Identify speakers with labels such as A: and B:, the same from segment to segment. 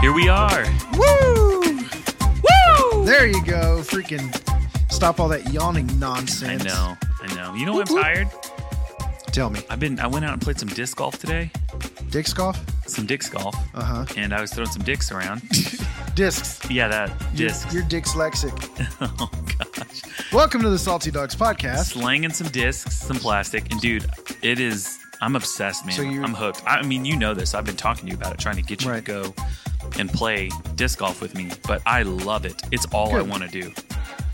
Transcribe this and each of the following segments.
A: Here we are.
B: Woo!
A: Woo!
B: There you go. Freaking stop all that yawning nonsense.
A: I know. I know. You know when I'm
B: Whoop, whoop.
A: tired?
B: Tell me,
A: I've been I went out and played some disc golf today.
B: disc golf?
A: Some disc golf.
B: Uh huh.
A: And I was throwing some dicks around.
B: Discs.
A: yeah, that
B: You're-
A: discs.
B: You're, dyslexic.
A: oh gosh.
B: Welcome to the Salty Dogs podcast.
A: Slanging some discs, some plastic, and dude, it is I'm obsessed, man.
B: So you're-
A: I'm hooked. I mean, you know this. I've been talking to you about it, trying to get you
B: Right.
A: to go and play disc golf with me, but I love it. It's all I
B: Good.
A: want to do.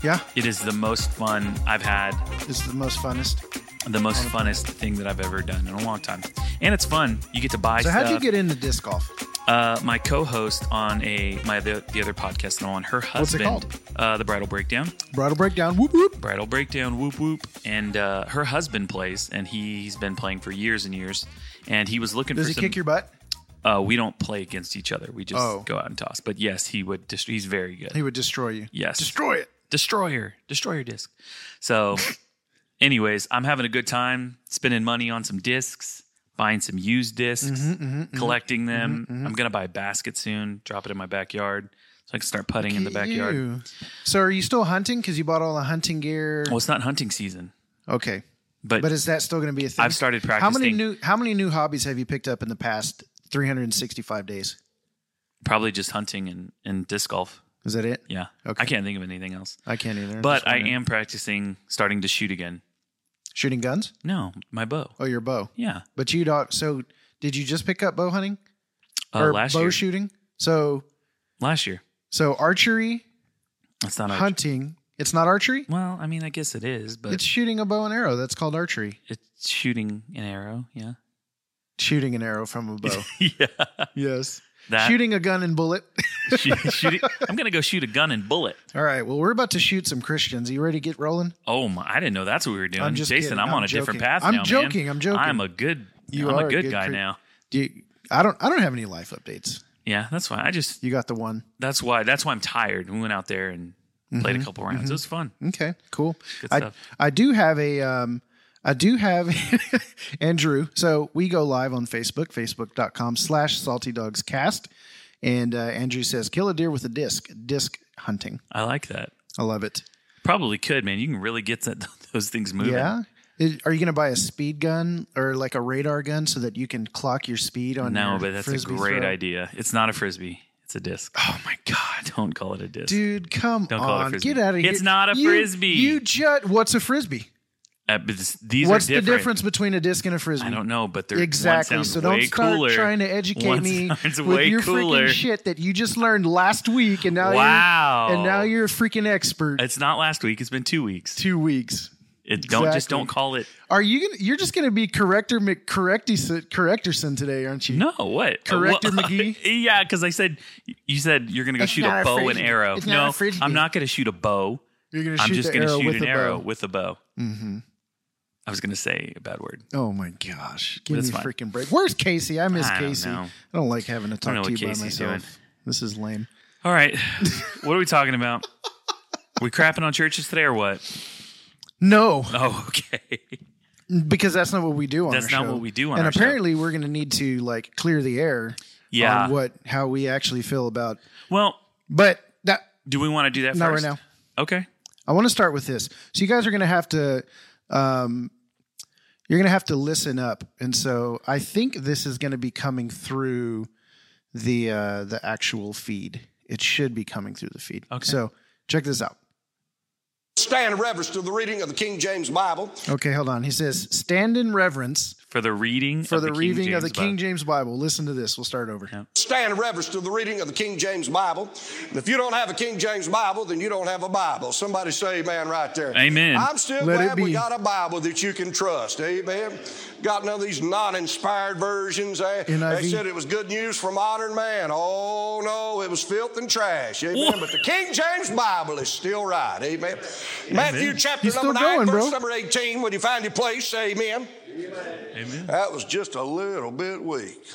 B: yeah,
A: It is the most fun I've had
B: it's the most funnest.
A: the most funnest thing that I've ever done in a long time. And it's fun. You get to buy
B: So,
A: stuff.
B: how'd you get into disc golf?
A: uh, my co-host on a my the, the other podcast and on her
B: What's it
A: husband
B: called?
A: uh, the bridal breakdown
B: Bridal breakdown. Whoop whoop.
A: bridal breakdown whoop whoop and uh, her husband plays and he's been playing for years and years and he was looking for
B: Does he
A: some,
B: kick your butt?
A: uh, we don't play against each other we just
B: Oh.
A: go out and toss but yes he would dest- he's very good
B: He would destroy you.
A: yes
B: Destroy it.
A: destroyer destroyer disc so anyways i'm having a good time spending money on some discs buying some used disks
B: Mm-hmm,
A: collecting them i'm gonna buy a basket soon drop it in my backyard so i can start putting in the backyard
B: Ew. So, are you still hunting? Because you bought all the hunting gear.
A: well it's not hunting season
B: Okay,
A: but,
B: but is that still going to be a thing?
A: i've started practicing
B: How many new How many new hobbies have you picked up in the past 365 days?
A: probably just hunting and, and disc golf
B: Is that it?
A: yeah
B: Okay.
A: i can't think of anything else
B: I can't either. I'm
A: but
B: just
A: i
B: wondering.
A: am practicing starting to shoot again
B: shooting guns.
A: no my bow
B: Oh, your bow.
A: yeah
B: But you don't. So, did you just pick up bow hunting
A: uh,
B: or
A: last
B: bow
A: year
B: shooting? So,
A: last year
B: so archery,
A: that's not our
B: hunting. It's not archery.
A: well i mean i guess it is but
B: It's shooting a bow and arrow. That's called archery.
A: It's shooting an arrow. Yeah.
B: Shooting an arrow from a bow.
A: yeah.
B: yes.
A: That
B: Shooting a gun and bullet.
A: shoot, shooting, I'm gonna go shoot a gun and bullet.
B: All right. Well, we're about to shoot some Christians. you ready to get rolling?
A: Oh my! I didn't know that's what we were doing.
B: I'm just
A: Jason,
B: kidding.
A: I'm, on
B: I'm
A: a different
B: joking.
A: path
B: I'm
A: now, man.
B: joking. I'm joking.
A: I'm a good.
B: You
A: I'm
B: are
A: a
B: a
A: good
B: good
A: guy
B: cre-
A: now.
B: Do you, I don't. I don't have any life updates.
A: Yeah, that's why. I just
B: You got the one.
A: that's why that's why I'm tired. We went out there and
B: Mm-hmm.
A: played a couple rounds. It was fun.
B: Okay. Cool.
A: Good
B: I
A: stuff.
B: I do have a um I do have Andrew. So we go live on Facebook, facebook.com slash salty dogs cast. And uh, Andrew says, kill a deer with a disc, disc hunting.
A: I like that.
B: I love it.
A: Probably could, man. You can really get that, those things moving.
B: Yeah. Is- are you going to buy a speed gun or like a radar gun so that you can clock your speed on
A: No,
B: your
A: but that's a
B: frisbee
A: great
B: throw?
A: idea. It's not a frisbee. It's a disc. Oh my god! Don't call it a disc.
B: Dude, come
A: Don't
B: on.
A: call it a frisbee.
B: Get out of here.
A: It's not a
B: You-
A: frisbee.
B: You just, what's a frisbee?
A: Uh, but this- these
B: What's
A: are
B: the
A: different.
B: difference between a disc and a frisbee?
A: I don't know, but they're
B: Exactly.
A: One
B: So
A: sounds
B: don't
A: way
B: start
A: cooler.
B: trying to educate
A: One
B: me
A: sounds
B: with
A: way
B: your
A: cooler.
B: freaking shit that you just learned last week, and now
A: Wow.
B: you're, and now you're a freaking expert.
A: It's not last week. It's been two weeks.
B: Two weeks.
A: It, Don't just
B: Exactly.
A: don't call it.
B: Are you gonna? You're just gonna be corrector McCorrectison, correctorson today, aren't you?
A: No, what?
B: Corrector
A: Well,
B: McGee?
A: yeah, because I said you said you're going to go
B: It's
A: shoot
B: not
A: a
B: a
A: bow and
B: frisbee.
A: arrow.
B: It's not
A: No,
B: a frisbee.
A: I'm not going to shoot a bow.
B: You're gonna shoot
A: I'm just
B: the
A: going to
B: arrow
A: shoot
B: with
A: an
B: a
A: arrow
B: bow.
A: with a bow.
B: Mm-hmm.
A: I was going to say a bad word.
B: Oh my gosh! Give
A: That's
B: me a
A: fine.
B: freaking break. Where's Casey? I miss
A: I don't
B: Casey.
A: know.
B: I don't like having to
A: know
B: talk to you
A: what
B: by
A: Casey's
B: myself.
A: doing.
B: This is lame.
A: All right, what are we talking about? we crapping on churches today or what?
B: No,
A: Oh, okay.
B: because that's not what we do on.
A: That's
B: our
A: not
B: show.
A: what we do on
B: And
A: our show.
B: apparently, we're going to need to like clear the air.
A: Yeah.
B: on what how we actually feel about.
A: Well,
B: But that
A: do we want to do that
B: not
A: first?
B: right now.
A: Okay.
B: I want to start with this. So you guys are going to have to, um, you're going to have to listen up, and so I think this is going to be coming through the uh, the actual feed. It should be coming through the feed.
A: Okay.
B: So check this out.
C: Stand in reverence to the reading of the King James Bible.
B: Okay, hold on. He says, "Stand in reverence
A: For the reading
B: for
A: of
B: the,
A: the King
B: reading
A: James
B: of the
A: Bible.
B: King James Bible." Listen to this. We'll start over.
C: Stand in reverence to the reading of the King James Bible. And if you don't have a King James Bible, then you don't have a Bible. Somebody say amen right there.
A: Amen.
C: I'm still
B: Let it
C: glad we
B: be.
C: got a Bible that you can trust. Amen. Got none of these non-inspired versions. Eh? They
B: NIV.
C: said it was good news for modern man. Oh no, it was filth and trash. Amen.
A: Whoa.
C: But the King James Bible is still right. Amen. Matthew chapter
B: He's still
C: number nine,
B: going,
C: verse
B: bro.
C: number 18. When you find your place, say amen.
A: Amen.
C: That was just a little bit weak.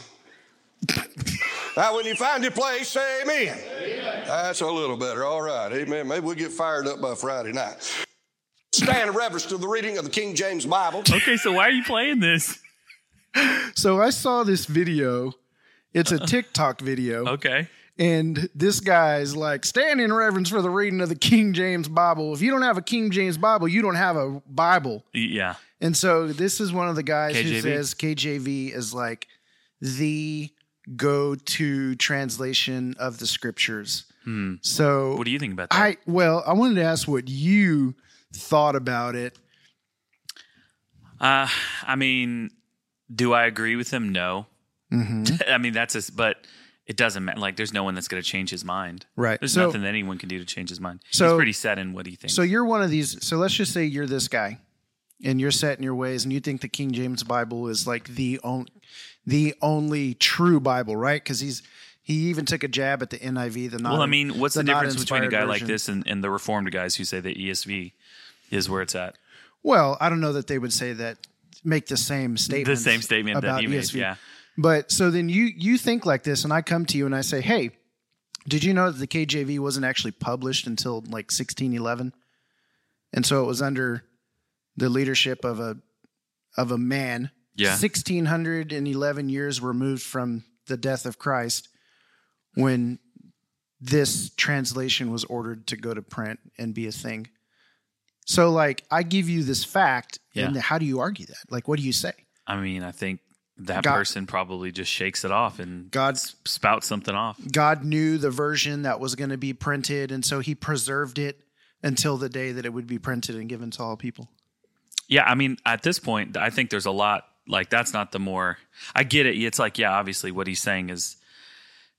C: now, when you find your place, say amen. That's a little better. All right. Amen. Maybe we'll get fired up by Friday night. Stand in reverence to the reading of the King James Bible.
A: Okay, so why are you playing this?
B: So I saw this video. It's a TikTok video.
A: Uh-huh. Okay.
B: and this guy's like, stand in reverence for the reading of the King James Bible. If you don't have a King James Bible, you don't have a Bible.
A: Yeah.
B: And so this is one of the guys who
A: KJV?
B: says KJV is like the go-to translation of the scriptures.
A: Hmm.
B: So
A: What do you think about that?
B: I well, I wanted to ask what you thought about it.
A: uh, I mean, do I agree with him? No.
B: Mhm.
A: I mean, that's a, but it doesn't matter. Like, there's no one that's going to change his mind.
B: Right.
A: There's
B: so
A: nothing that anyone can do to change his mind.
B: so-
A: He's pretty set in what he thinks.
B: so you're one of these. So let's just say you're this guy, and you're set in your ways, and you think the King James Bible is like the only the only true Bible, right? Because he's he even took a jab at the NIV. The not
A: well, I mean, what's the,
B: the
A: difference between a
B: non-inspired
A: guy like
B: version.
A: this and, and the reformed guys who say that ESV is where it's at?
B: Well, I don't know that they would say that make the same statement.
A: The same statement that
B: about E
A: he made.
B: ESV.
A: Yeah.
B: But so then you you think like this, and I come to you and I say, "Hey, did you know that the KJV wasn't actually published until like 1611, and so it was under the leadership of a of a man,
A: Yeah.
B: 1611 years removed from the death of Christ, when this translation was ordered to go to print and be a thing." So, like, I give you this fact, and how do you argue that? Like, what do you say?
A: I mean, I think that
B: God-
A: person probably just shakes it off and
B: God-
A: s- spouts something off.
B: God knew the version that was going to be printed, and so He preserved it until the day that it would be printed and given to all people.
A: Yeah, I mean, at this point, I think there's a lot. Like, that's not the more. I get it. It's like, yeah, obviously, what he's saying is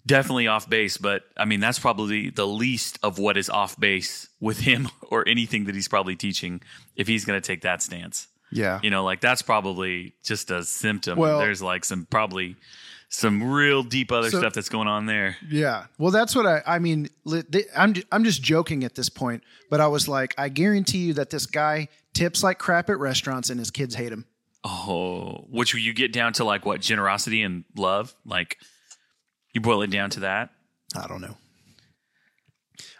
A: definitely off base, but I mean, that's probably the least of what is off base with him or anything that he's probably teaching if he's going to take that stance.
B: Yeah.
A: You know, like that's probably just a symptom.
B: Well-
A: there's like some probably some real deep other
B: So-
A: stuff that's going on there.
B: Yeah. Well, that's what I. I mean, li- th- I'm ju- I'm just joking at this point, but I was like, I guarantee you that this guy tips like crap at restaurants, and his kids hate him.
A: Oh, which you get down to like what generosity and love, like you boil it down to that.
B: I don't know.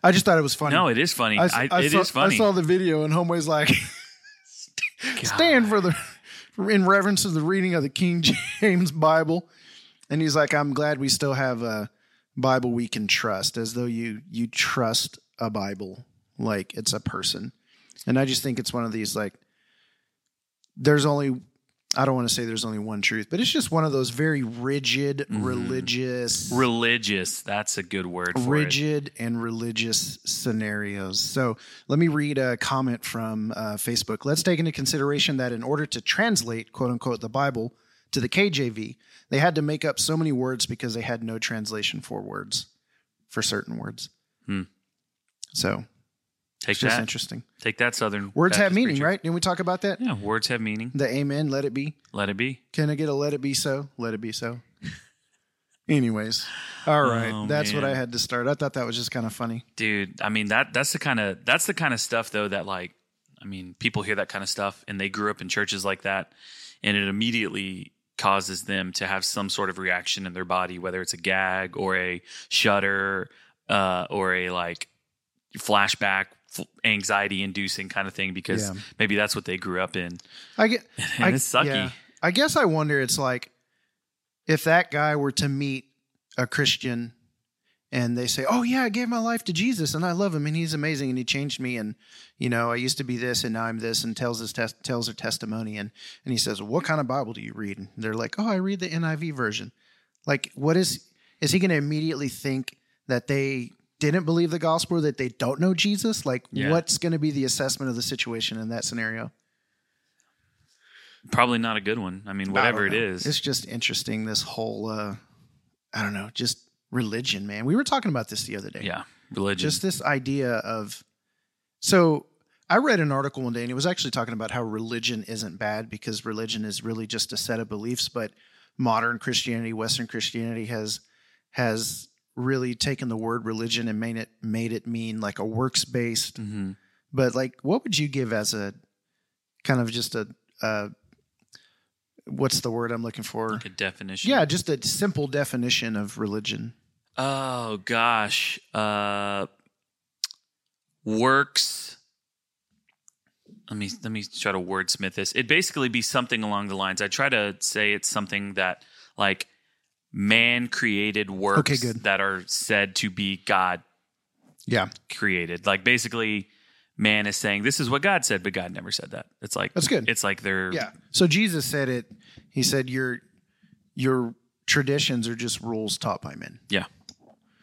B: I just thought it was funny.
A: No, it is funny. I,
B: s-
A: it is
B: saw,
A: funny.
B: I saw the video, and Homeway's like, stand for the in reverence of the reading of the King James Bible, and he's like, I'm glad we still have a Bible we can trust, as though you you trust a Bible like it's a person, and I just think it's one of these like, there's only. I don't want to say there's only one truth, but it's just one of those very rigid,
A: Mm-hmm.
B: religious,
A: religious. That's a good word for it.
B: rigid and religious scenarios. So let me read a comment from uh, Facebook. Let's take into consideration that in order to translate, quote unquote, the Bible to the KJV, they had to make up so many words because they had no translation for words, for certain words.
A: Hmm.
B: So
A: Take
B: it's just
A: that.
B: interesting.
A: Take that Southern
B: Words have
A: Baptist
B: meaning,
A: preacher.
B: right? Didn't we talk about that?
A: Yeah, words have meaning.
B: The amen, let it be.
A: Let it be.
B: Can I get a let it be so? Let it be so. Anyways, all right.
A: Oh,
B: That's what
A: man.
B: I had to start. I thought that was just kind of funny.
A: Dude, I mean that that's the kind of that's the kind of stuff though that like I mean, people hear that kind of stuff and they grew up in churches like that and it immediately causes them to have some sort of reaction in their body whether it's a gag or a shudder uh, or a like flashback anxiety inducing kind of thing because
B: Yeah.
A: maybe that's what they grew up in
B: I get
A: and it's sucky
B: I guess I wonder. It's like if that guy were to meet a Christian and they say, "Oh yeah, I gave my life to Jesus and I love him and he's amazing and he changed me and you know I used to be this and now I'm this," and tells his tes- tells her testimony and and he says, "What kind of Bible do you read?" And they're like, "Oh, I read the NIV version." Like, what is is he going to immediately think that they didn't believe the gospel or that they don't know Jesus? Like,
A: Yeah.
B: what's going to be the assessment of the situation in that scenario?
A: probably not a good one i mean whatever
B: I
A: it
B: don't know.
A: is
B: It's just interesting this whole uh I don't know, just religion, man. We were talking about this the other day.
A: yeah religion
B: Just this idea of so I read an article one day and it was actually talking about how religion isn't bad because religion is really just a set of beliefs, but modern Christianity, Western Christianity has has really taken the word religion and made it made it mean like a works based
A: Mhm.
B: but like what would you give as a kind of just a uh what's the word i'm looking for
A: Like a definition.
B: yeah just a simple definition of religion
A: Oh gosh. Uh works. Let me let me try to wordsmith this. It'd basically be something along the lines. I try to say it's something that like man created works
B: Okay, good.
A: that are said to be God
B: Yeah,
A: created. Like basically, man is saying this is what God said, but God never said that. It's like
B: That's good.
A: It's like they're
B: yeah. So Jesus said it. He said your your traditions are just rules taught by men.
A: yeah.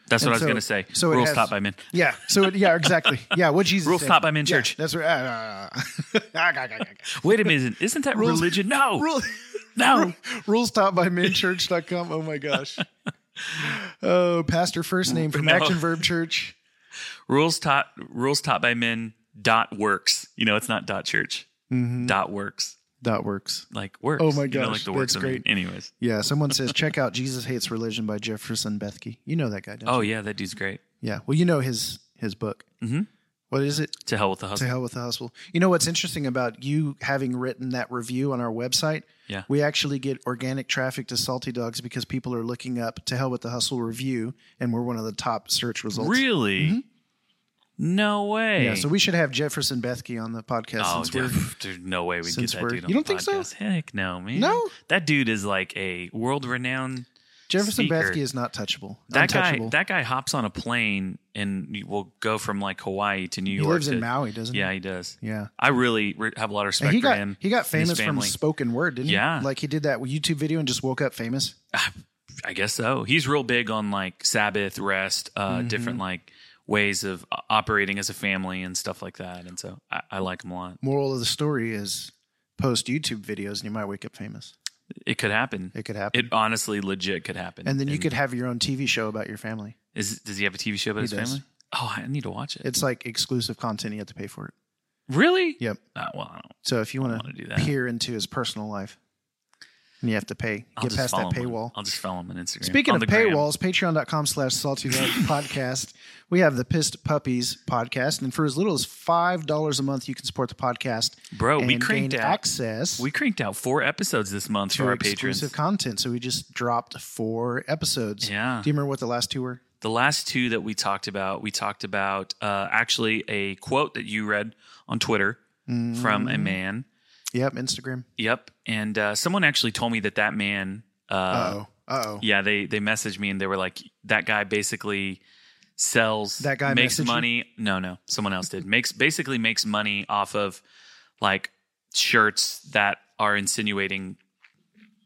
A: That's
B: And
A: what I was
B: so-
A: gonna say.
B: so it
A: rules
B: has-
A: taught by men.
B: Yeah. So it, yeah, exactly. Yeah. What Jesus
A: Rules
B: said.
A: taught by men
B: Yeah,
A: church.
B: That's right. Ah, ah, ah, ah, ah, ah, ah.
A: Wait a minute, isn't that
B: Rules-
A: religion? No,
B: Rule,
A: no.
B: rules taught by menchurch.com. Oh my gosh. Oh, pastor first name from
A: No.
B: Action Verb Church.
A: rules taught rules taught by men dot works. You know, it's not dot church. Dot works
B: That works.
A: like works.
B: Mm-hmm. Oh my
A: You know,
B: gosh,
A: like the works
B: that's
A: of men.
B: great.
A: Anyways,
B: Yeah. Someone says check out Jesus hates religion by Jefferson Bethke. You know that guy, don't you?
A: oh yeah, that dude's great.
B: Yeah. Well, you know his his book.
A: Mhm.
B: What is it?
A: To hell with the
B: To
A: hustle.
B: hell with the hospital. You know what's interesting about you having written that review on our website?
A: Yeah.
B: We actually get organic traffic to Salty Dogs because people are looking up to hell with the hustle review, and we're one of the top search results.
A: Really? No way.
B: Mm-hmm. Yeah. So we should have Jefferson Bethke on the podcast
A: Oh,
B: since we're
A: dude, there's no way we'd get
B: since
A: that
B: we're-
A: dude on
B: You don't
A: the
B: think so?
A: podcast. Heck no, man.
B: No?
A: That dude is like a world renowned
B: Jefferson
A: Speaker.
B: Bethke is not touchable.
A: that guy
B: Untouchable.
A: that guy hops on a plane and will go from like Hawaii to New
B: he
A: York.
B: lives in
A: to-
B: Maui, doesn't
A: Yeah,
B: he?
A: he does.
B: Yeah.
A: I really re- have a lot of respect
B: And he
A: for
B: got
A: him.
B: he got
A: and his
B: famous from
A: family.
B: spoken word, didn't
A: Yeah.
B: he? Like he did that YouTube video and just woke up famous.
A: I guess so. He's real big on like Sabbath, rest, uh,
B: Mm-hmm.
A: different like ways of o- operating as a family and stuff like that. And so I, I like him a lot.
B: Moral of the story is post YouTube videos and you might wake up famous.
A: It could happen.
B: It could happen.
A: It honestly, legit could happen.
B: and then you could have your own TV show about your family.
A: Is does he have a TV show about his
B: He does.
A: family? Oh, I need to watch it.
B: It's like exclusive content. You have to pay for it.
A: really?
B: Yep.
A: Uh, well, I don't.
B: So if you want
A: wanna do
B: to
A: that.
B: peer into his personal life, and you have to pay.
A: I'll
B: Get
A: just
B: past that
A: follow him on-
B: paywall.
A: I'll just follow him on Instagram.
B: Speaking
A: On
B: of
A: the gram.
B: paywalls, patreon.com slash salty Love podcast. We have the Pissed Puppies podcast. And for as little as $5 a month, you can support the podcast.
A: bro,
B: and
A: Oh, we cranked
B: gain
A: out
B: access
A: we cranked out four episodes this month
B: to
A: for our patrons.
B: exclusive content. So we just dropped four episodes.
A: Yeah.
B: Do you remember what the last two were?
A: The last two that we talked about, we talked about uh, actually a quote that you read on Twitter from a man.
B: Yep, Instagram.
A: Yep, and uh, someone actually told me that that man. Uh,
B: Uh oh. Uh oh.
A: yeah, they they messaged me and they were like, that guy basically sells
B: That guy
A: makes
B: messaged you?
A: money. No, no, someone else did. Makes basically makes money off of like shirts that are insinuating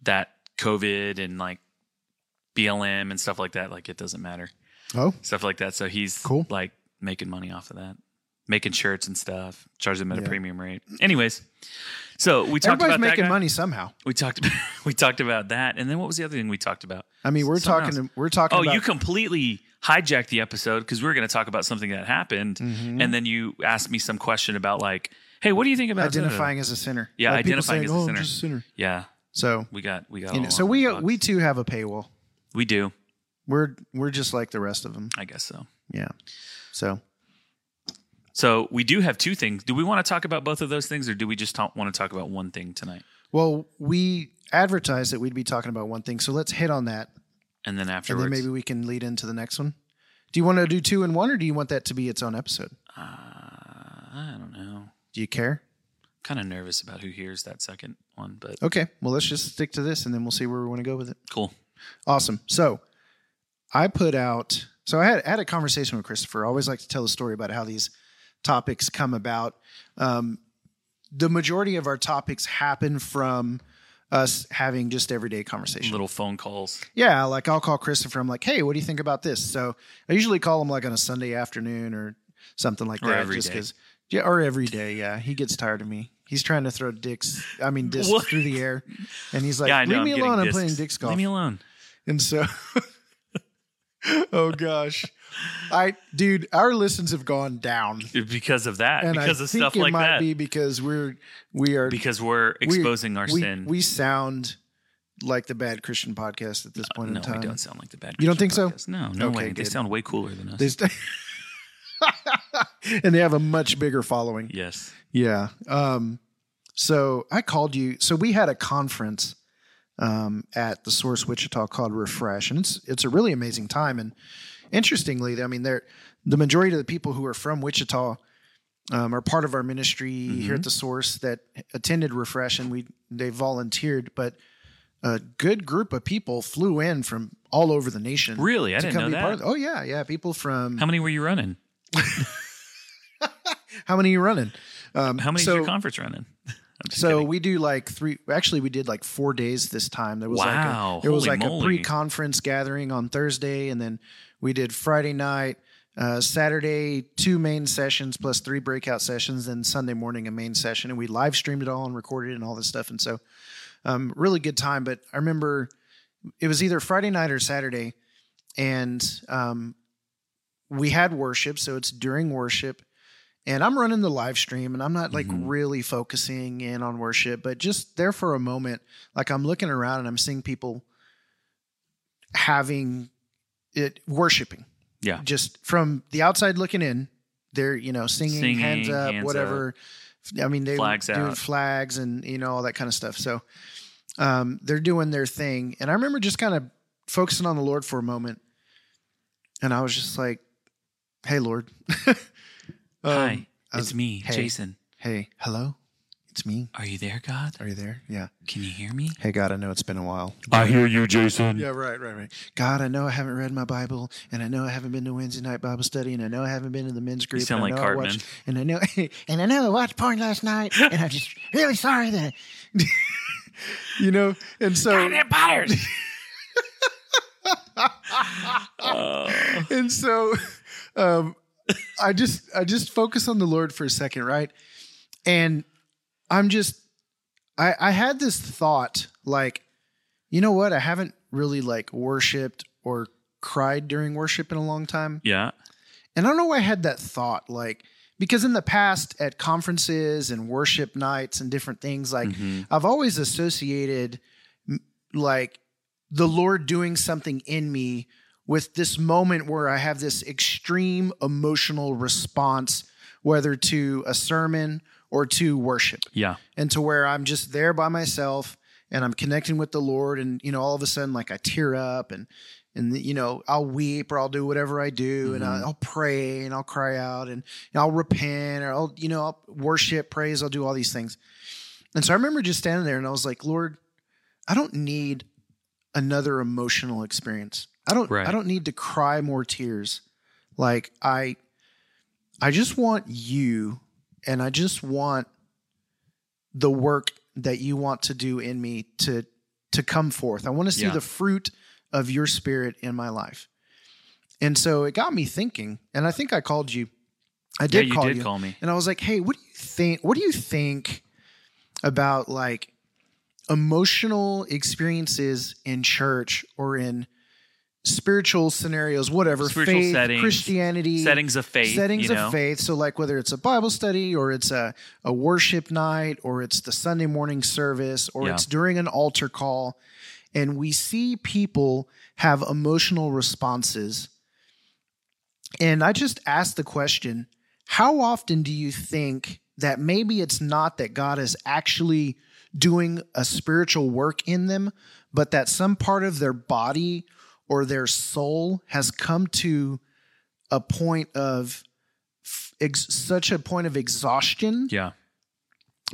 A: that COVID and like BLM and stuff like that. Like it doesn't matter
B: Oh,
A: stuff like that. So he's
B: Cool.
A: like making money off of that, making shirts and stuff, charge them at a
B: Yeah.
A: premium rate. Anyways, so we talked
B: everybody's
A: about that
B: making
A: guy.
B: money somehow.
A: We talked we talked about that, and then what was the other thing we talked about?
B: I mean, we're
A: Something
B: talking. We're talking.
A: Oh,
B: about,
A: you completely hijacked the episode because we were going to talk about something that happened,
B: Mm-hmm.
A: and then you asked me some question about like, hey, what do you think about
B: identifying as a sinner.
A: Yeah,
B: Like people
A: identifying
B: saying,
A: as a
B: "Oh, I'm
A: sinner." Oh,
B: just a sinner.
A: Yeah,
B: So,
A: we got we got.
B: you know,
A: all
B: so
A: on
B: we uh,
A: the box.
B: we too have a paywall.
A: we do.
B: We're we're just like the rest of them.
A: I guess so.
B: Yeah. So
A: So we do have two things. Do we want to talk about both of those things, or do we just ta- want to talk about one thing tonight?
B: well, we advertised that we'd be talking about one thing, so let's hit on that,
A: And then
B: and
A: afterwards,
B: then maybe we can lead into the next one. Do you want to do two and one, or do you want that to be its own episode?
A: Uh, I don't know.
B: Do you care?
A: Kind of nervous about who hears that second one, but
B: Okay. Well, let's just stick to this, and then we'll see where we want to go with it.
A: cool.
B: Awesome. So I put out, so I had, had a conversation with Christopher. I always like to tell the story about how these topics come about. Um, the majority of our topics happen from us having just everyday conversation.
A: Little phone calls.
B: Yeah, like I'll call Christopher. I'm like, hey, what do you think about this? So I usually call him like on a Sunday afternoon or something like
A: Or
B: that.
A: every
B: just
A: day.
B: because, yeah, or every day. Yeah, he gets tired of me. He's trying to throw dicks. I mean, discs
A: What?
B: through the air, and he's like,
A: yeah, I know.
B: leave me
A: I'm getting
B: alone. I'm
A: discs.
B: playing dicks golf.
A: Leave me alone.
B: And so, oh gosh, I dude, our listens have gone down,
A: Because of that.
B: and
A: because
B: I
A: of
B: think
A: stuff
B: it
A: like
B: might
A: that.
B: be because we're we are
A: because we're
B: we're-
A: exposing our
B: we,
A: sin.
B: We sound like the bad Christian podcast at this point
A: Uh, no,
B: in time.
A: we don't sound like the bad.
B: You don't
A: Christian
B: think
A: podcasts.
B: so?
A: No, no
B: Okay,
A: way. They
B: good.
A: sound way cooler than us.
B: They st- and they have a much bigger following.
A: yes.
B: Yeah. Um, so I called you. So we had a conference um, at the Source Wichita called Refresh, and it's it's a really amazing time. And interestingly, I mean, they're, the majority of the people who are from Wichita um, are part of our
A: Mm-hmm.
B: ministry here at the Source that attended Refresh, and we they volunteered. But a good group of people flew in from all over the nation.
A: Really? I
B: to
A: didn't
B: come
A: know
B: be
A: that.
B: part of- oh yeah, yeah. People from
A: How many were you running?
B: how many are you running? Um,
A: How many
B: so,
A: is your conference running? I'm just
B: So
A: kidding.
B: we do like three. Actually, we did like four days this time. There was
A: Wow,
B: like a, there was
A: holy
B: like a
A: moly.
B: pre-conference gathering on Thursday, and then we did Friday night, uh, Saturday two main sessions plus three breakout sessions, and Sunday morning a main session, and we live streamed it all and recorded it and all this stuff, and so um, really good time. But I remember it was either Friday night or Saturday, and um, we had worship, so it's during worship and I'm running the live stream and I'm not like
A: Mhm.
B: really focusing in on worship, but just there for a moment, like I'm looking around and I'm seeing people having it worshiping.
A: Yeah.
B: Just from the outside looking in, they're, you know, singing,
A: Singing,
B: hands up,
A: hands
B: whatever. I mean, they
A: Flags
B: doing
A: out.
B: flags and, you know, all that kind of stuff. So um, they're doing their thing. And I remember just kind of focusing on the Lord for a moment. And I was just like, hey, Lord. Um,
A: Hi,
B: I
A: it's
B: was-
A: me,
B: hey.
A: Jason.
B: Hey, hello? It's me.
A: Are you there, God?
B: Are you there? Yeah.
A: Can you hear me?
B: Hey, God, I know it's been a while.
A: I hear you, Jason.
B: Yeah, right, right, right. God, I know I haven't read my Bible, and I know I haven't been to Wednesday night Bible study, and I know I haven't been to the men's group.
A: sound
B: and
A: like
B: I know I
A: Cartman.
B: watched- and I know, and I know I watched porn last night, and I'm just really sorry that, you know. And so,
A: Uh,
B: and so um i just i just focus on the lord for a second right and i'm just i i had this thought like you know what i haven't really like worshiped or cried during worship in a long time
A: yeah.
B: and I don't know why I had that thought, like, because in the past at conferences and worship nights and different things, like,
A: Mhm.
B: I've always associated, m- like, the Lord doing something in me with this moment where I have this extreme emotional response, whether to a sermon or to worship
A: Yeah.
B: and to where I'm just there by myself and I'm connecting with the Lord and you know all of a sudden like I tear up and and you know I'll weep or I'll do whatever I do and I- I'll pray and I'll cry out and, and I'll repent or I'll you know I'll worship praise I'll do all these things. And so I remember just standing there and I was like, Lord, I don't need another emotional experience. I don't
A: Right.
B: I don't need to cry more tears. Like I I just want you and I just want the work that you want to do in me to to come forth. I want to see
A: Yeah.
B: the fruit of your spirit in my life. And so it got me thinking, and I think I called you. I
A: Yeah,
B: did
A: you
B: call
A: did
B: you.
A: call me.
B: And I was like, "Hey, what do you think? What do you think about like emotional experiences in church or in spiritual scenarios, whatever
A: Spiritual
B: faith,
A: settings,
B: Christianity,
A: Settings of faith.
B: settings
A: you know?
B: of faith. So, like whether it's a Bible study or it's a, a worship night or it's the Sunday morning service or
A: Yeah.
B: it's during an altar call, and we see people have emotional responses. And I just asked the question how often do you think that maybe it's not that God is actually doing a spiritual work in them, but that some part of their body or their soul has come to a point of f- ex- such a point of exhaustion
A: Yeah.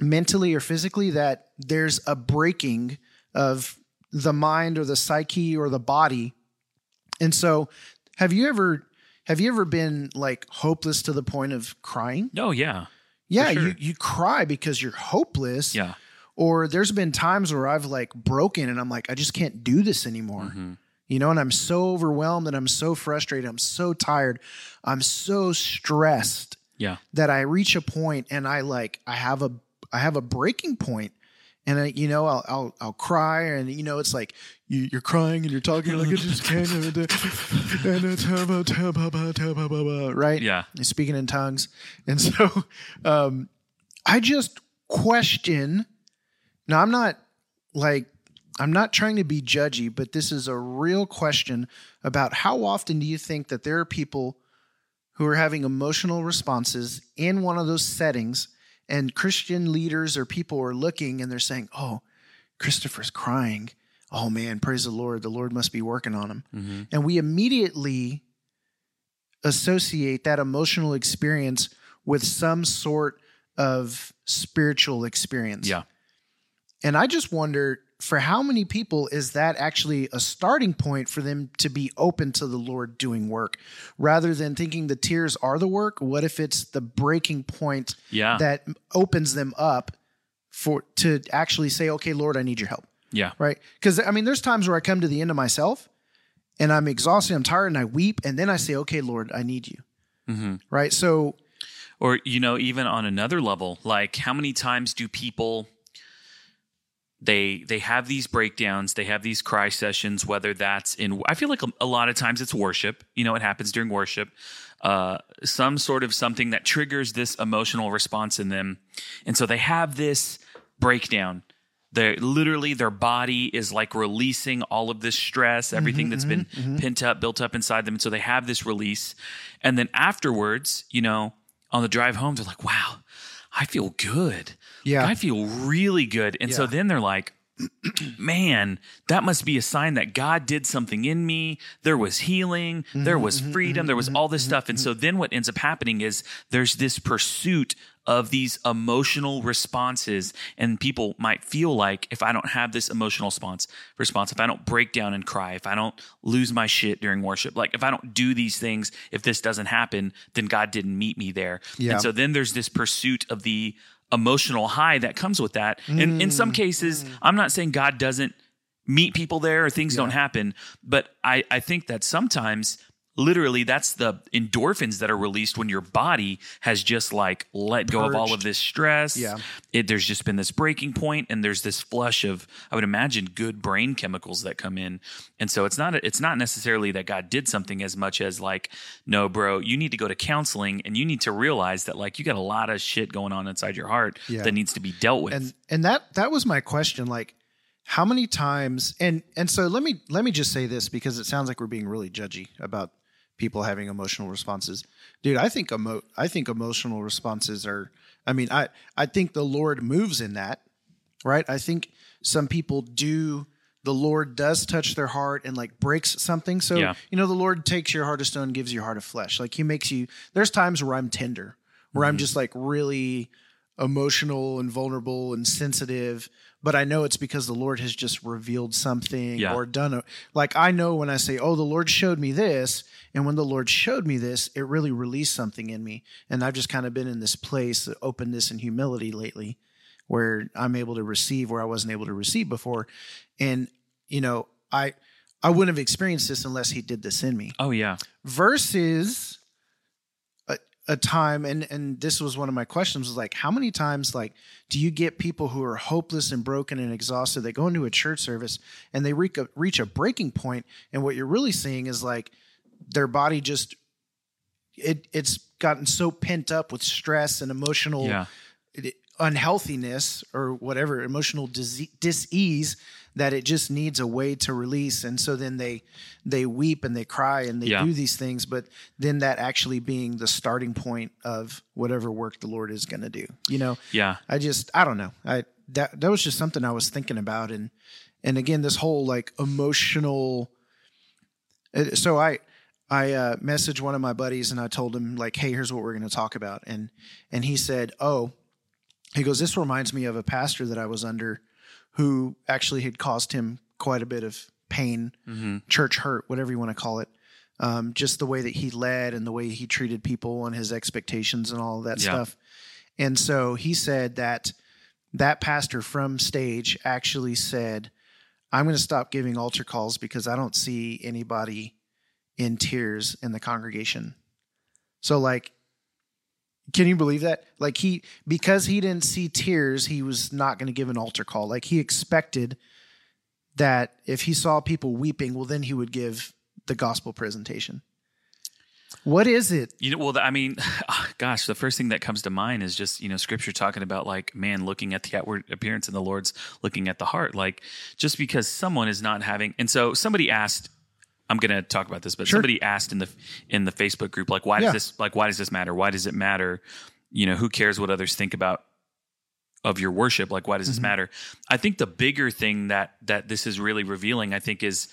B: mentally or physically that there's a breaking of the mind or the psyche or the body. And so, have you ever have you ever been like hopeless to the point of crying?
A: Oh, yeah.
B: Yeah,
A: sure.
B: you you cry because you're hopeless.
A: Yeah.
B: Or there's been times where I've like broken and I'm like I just can't do this anymore
A: Mhm.
B: you know, and I'm so overwhelmed and I'm so frustrated. I'm so tired. I'm so stressed
A: Yeah.
B: that I reach a point and I like, I have a, I have a breaking point and I, you know, I'll, I'll, I'll cry and you know, it's like you, you're crying and you're talking like I just can't, and it's- right?
A: Yeah.
B: speaking in tongues. And so um, I just question. Now, I'm not like, I'm not trying to be judgy, but this is a real question about how often do you think that there are people who are having emotional responses in one of those settings and Christian leaders or people are looking and they're saying, oh, Christopher's crying. Oh man, praise the Lord. The Lord must be working on him.
A: Mhm.
B: And we immediately associate that emotional experience with some sort of spiritual experience.
A: Yeah.
B: And I just wonder for how many people is that actually a starting point for them to be open to the Lord doing work rather than thinking the tears are the work? What if it's the breaking point
A: Yeah.
B: that opens them up for to actually say, "Okay, Lord, I need your help."
A: yeah.
B: right? Because I mean, there's times where I come to the end of myself, and I'm exhausted, I'm tired, and I weep, and then I say, "Okay, Lord, I need you." Right? So,
A: Mm-hmm. Or, you know, even on another level, like how many times do people they they have these breakdowns, they have these cry sessions, whether that's in I feel like a, a lot of times it's worship, you know, it happens during worship. Uh, some sort of something that triggers this emotional response in them. And so they have this breakdown. They're literally their body is like releasing all of this stress, everything that's been pent up, built up inside them. And so they have this release. And then afterwards, you know, on the drive home, they're like, wow, I feel good.
B: Yeah.
A: I feel really good. And so
B: Yeah.
A: then they're like, man, that must be a sign that God did something in me. There was healing,
B: Mm-hmm,
A: there was freedom, there was all this stuff. And so then what ends up happening is there's this pursuit of these emotional responses and people might feel like if I don't have this emotional response response if I don't break down and cry if I don't lose my shit during worship like if I don't do these things if this doesn't happen then God didn't meet me there
B: Yeah.
A: and so then there's this pursuit of the emotional high that comes with that. And in some cases, I'm not saying God doesn't meet people there or things don't happen, but I, I think that sometimes literally that's the endorphins that are released when your body has just like let go of all of
B: Purged.
A: this stress.
B: Yeah.
A: It, there's just been this breaking point and there's this flush of, I would imagine good brain chemicals that come in. And so it's not, it's not necessarily that God did something as much as like, no, bro, you need to go to counseling and you need to realize that like you got a lot of shit going on inside your heart
B: Yeah.
A: that needs to be dealt with.
B: and and that that was my question, like. How many times and and so let me let me just say this because it sounds like we're being really judgy about people having emotional responses. Dude, I think emo- I think emotional responses are I mean, I I think the Lord moves in that. right? I think some people do the Lord does touch their heart and like breaks something. So
A: Yeah.
B: you know, the Lord takes your heart of stone, gives you a heart of flesh. Like He makes you. There's times where I'm tender, where I'm just like really emotional and vulnerable and sensitive. But I know it's because the Lord has just revealed something
A: Yeah.
B: or done a, like I know when I say, "Oh, the Lord showed me this," and when the Lord showed me this, it really released something in me, and I've just kind of been in this place of openness and humility lately where I'm able to receive where I wasn't able to receive before. And you know, I I wouldn't have experienced this unless he did this in me.
A: oh yeah.
B: Versus a, a time and and this was one of my questions was like how many times like do you get people who are hopeless and broken and exhausted they go into a church service and they reach a, reach a breaking point and what you're really seeing is like their body just it it's gotten so pent up with stress and emotional
A: Yeah.
B: it- unhealthiness or whatever emotional disease, dis-ease that it just needs a way to release and so then they they weep and they cry and they
A: Yeah.
B: do these things but then that actually being the starting point of whatever work the lord is going to do you know
A: Yeah.
B: i just i don't know i that that was just something i was thinking about and and again this whole like emotional uh, so i i uh messaged one of my buddies and i told him like hey here's what we're going to talk about and and he said oh he goes this reminds me of a pastor that i was under who actually had caused him quite a bit of pain
A: Mm-hmm.
B: church hurt whatever you want to call it um, just the way that he led and the way he treated people and his expectations and all that
A: Yeah.
B: stuff and so he said that that pastor from stage actually said, I'm going to stop giving altar calls because I don't see anybody in tears in the congregation. So, like, can you believe that? Like, he, because he didn't see tears, he was not going to give an altar call. Like, he expected that if he saw people weeping, well, then he would give the gospel presentation. What is it?
A: You know, well, I mean, ah, gosh, the first thing that comes to mind is just, you know, scripture talking about like, man, looking at the outward appearance and the Lord's looking at the heart. Like, just because someone is not having, and so somebody asked, I'm going to talk about this, but somebody asked in the, in the Facebook group, like, why
B: Yeah.
A: does this, like, why does this matter? Why does it matter? You know, who cares what others think about of your worship? Like, why does this matter? I think the bigger thing that, that this is really revealing, I think is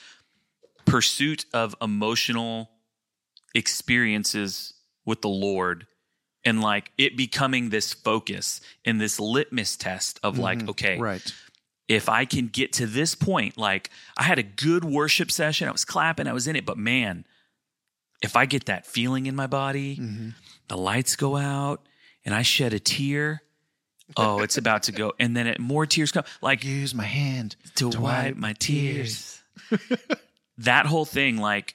A: pursuit of emotional experiences with the Lord and like it becoming this focus and this litmus test of like, okay,
B: Right.
A: if I can get to this point, like I had a good worship session, I was clapping, I was in it, but man, if I get that feeling in my body,
B: Mm. Mm-hmm.
A: the lights go out and I shed a tear, oh, it's about to go. And then it, more tears come. Like
B: Use my hand
A: to, wipe, my tears. that whole thing, like,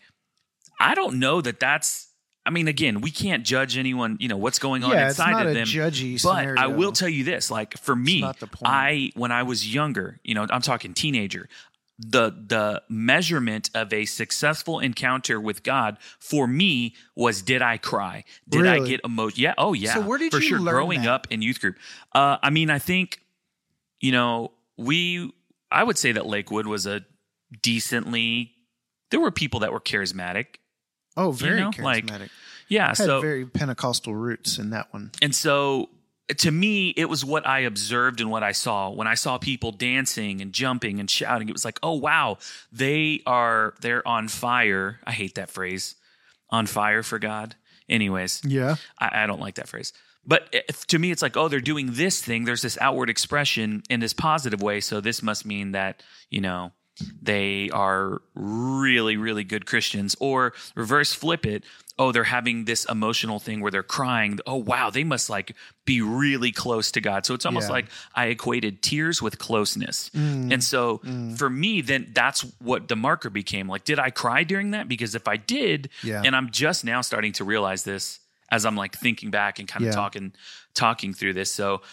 A: I don't know that that's. I mean, again, we can't judge anyone. You know what's going on
B: Yeah, it's
A: inside
B: not
A: of
B: a
A: them.
B: judgy
A: but I
B: scenario.
A: will tell you this: like for me,
B: not the point.
A: I when I was younger, you know, I'm talking teenager. The the measurement of a successful encounter with God for me was did I cry? Did I
B: Really?
A: get emotion? Yeah. Oh yeah.
B: So where did
A: for
B: you
A: sure
B: learn
A: growing
B: that?
A: up in youth group? Uh, I mean, I think you know, we, I would say that Lakewood was a decently, there were people that were charismatic.
B: Oh, very
A: know, like,
B: charismatic.
A: Yeah.
B: Had
A: So,
B: very Pentecostal roots in that one.
A: and so to me, it was what I observed and what I saw. When I saw people dancing and jumping and shouting, it was like, oh, wow, they are, they're on fire. I hate that phrase, on fire for God. Anyways,
B: Yeah.
A: I, I don't like that phrase. But if, to me, it's like, oh, they're doing this thing. There's this outward expression in this positive way. So this must mean that, you know, they are really, really good Christians. Or reverse flip it. Oh, they're having this emotional thing where they're crying. Oh, wow, they must like be really close to God. So it's almost
B: Yeah.
A: like I equated tears with closeness.
B: Mm.
A: And so for me, then that's what the marker became. Like, did I cry during that? Because if I did,
B: Yeah.
A: and I'm just now starting to realize this as I'm like thinking back and kind of
B: Yeah.
A: talking talking through this. So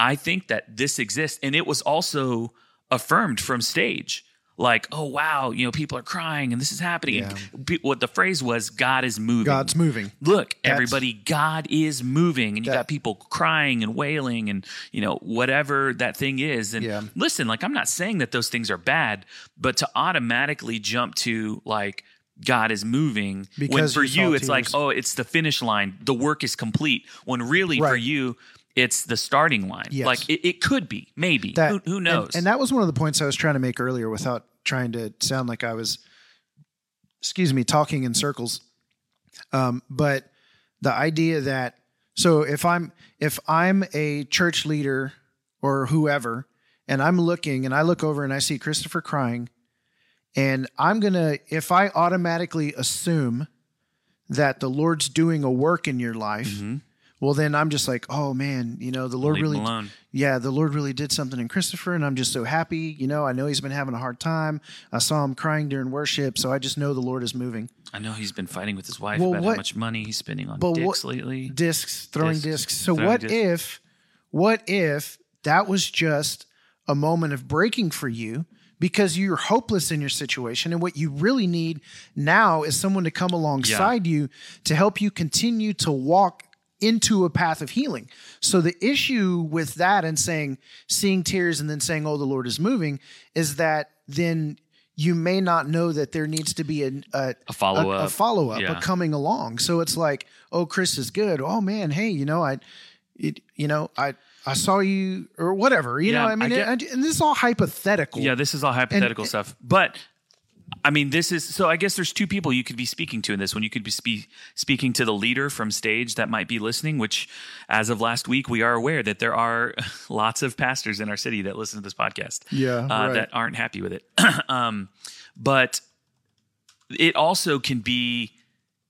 A: I think that this exists and it was also affirmed from stage. Like, oh wow, you know, people are crying and this is happening. And pe- what the phrase was, God is moving.
B: God's moving.
A: Look,
B: That's-
A: everybody, God is moving, and you
B: That-
A: got people crying and wailing, and you know whatever that thing is. And
B: Yeah.
A: listen, like I'm not saying that those things are bad, but to automatically jump to like God is moving when
B: Because
A: for
B: you saw
A: you, it's like
B: tears.
A: oh, it's the finish line, the work is complete. When really for
B: Right.
A: you, it's the starting line.
B: Yes.
A: Like it, it could be, maybe
B: That
A: who, who
B: and-
A: knows?
B: And, that was one of the points I was trying to make earlier without trying to sound like I was excuse me, talking in circles. Um, but the idea that so if I'm if I'm a church leader or whoever and I'm looking and I look over and I see Christopher crying and I'm going to if I automatically assume that the Lord's doing a work in your life, well then I'm just like, "Oh man, you know, the Lord
A: Mm-hmm. Leave him
B: really
A: alone.
B: yeah, the Lord really did something in Christopher, and I'm just so happy. You know, I know he's been having a hard time. I saw him crying during worship, so I just know the Lord is moving.
A: I know he's been fighting with his wife
B: Well,
A: about how
B: what-
A: much money he's spending on
B: but
A: dicks
B: what-
A: lately.
B: Discs, throwing
A: Discs,
B: discs. So
A: throwing
B: what
A: discs.
B: if, what if that was just a moment of breaking for you because you're hopeless in your situation, and what you really need now is someone to come alongside you to help you continue to walk into a path of healing. So the issue with that and saying seeing tears and then saying oh the Lord is moving is that then you may not know that there needs to be an, a
A: A follow-up.
B: a, follow up,
A: Yeah.
B: a coming along. So it's like, oh, Chris is good. Oh man, hey, you know, I, it, you know, I, I saw you or whatever. You
A: Yeah,
B: know, I mean,
A: I get-
B: and- and this is all hypothetical.
A: Yeah, this is all hypothetical stuff. But I mean, this is so. I guess there's two people you could be speaking to in this one. You could be spe- speaking to the leader from stage that might be listening, which, as of last week, we are aware that there are lots of pastors in our city that listen to this podcast.
B: Yeah,
A: uh,
B: right.
A: that aren't happy with it. um, but it also can be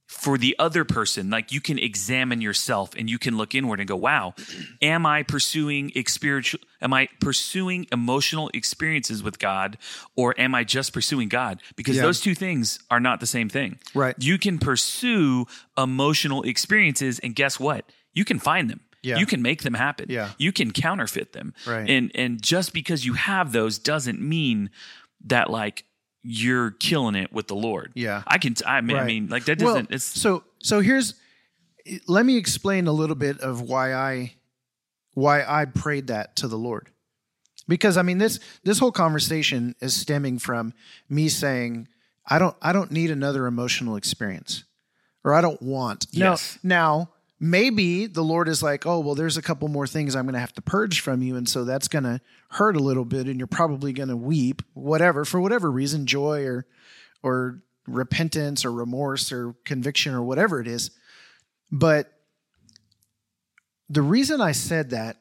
A: for the other person like you can examine yourself and you can look inward and go wow am i pursuing experiential am i pursuing emotional experiences with god or am i just pursuing god because
B: Yeah.
A: those two things are not the same thing
B: Right.
A: you can pursue emotional experiences and guess what you can find them
B: Yeah.
A: you can make them happen
B: Yeah.
A: you can counterfeit them
B: Right.
A: and and just because you have those doesn't mean that like you're killing it with the lord
B: Yeah.
A: i can t- i mean, I
B: Right.
A: mean like that
B: Well,
A: doesn't it's
B: so so here's let me explain a little bit of why I why I prayed that to the Lord. Because I mean this this whole conversation is stemming from me saying I don't I don't need another emotional experience or I don't want.
A: Yes.
B: Now now maybe the Lord is like, "Oh, well there's a couple more things I'm going to have to purge from you and so that's going to hurt a little bit and you're probably going to weep whatever for whatever reason joy or or repentance or remorse or conviction or whatever it is. But the reason I said that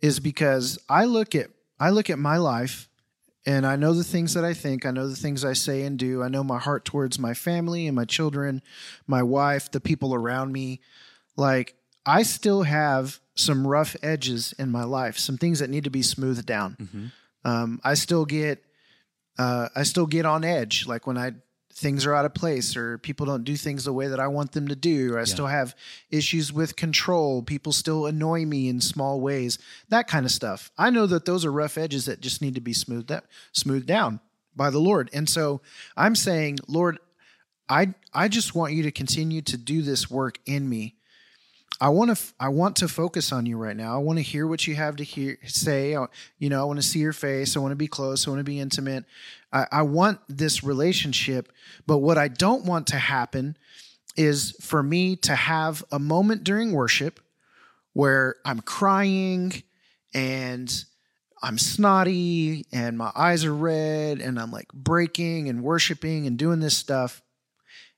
B: is because I look at I look at my life And I know the things that I think. I know the things I say and do. I know my heart towards my family and my children, my wife, the people around me. Like, I still have some rough edges in my life, some things that need to be smoothed down. Um, I still get, uh, I still get on edge. Like when I things are out of place or people don't do things the way that I want them to do. Or I still have issues with control. People still annoy me in small ways. That kind of stuff. I know that those are rough edges that just need to be smoothed out, smoothed down by the Lord. And so I'm saying, Lord, I I just want you to continue to do this work in me. I want to f- I want to focus on you right now. I want to hear what you have to hear say. I- you know, I want to see your face. I want to be close. I want to be intimate. I, I want this relationship. But what I don't want to happen is for me to have a moment during worship where I'm crying and I'm snotty and my eyes are red and I'm like breaking and worshiping and doing this stuff.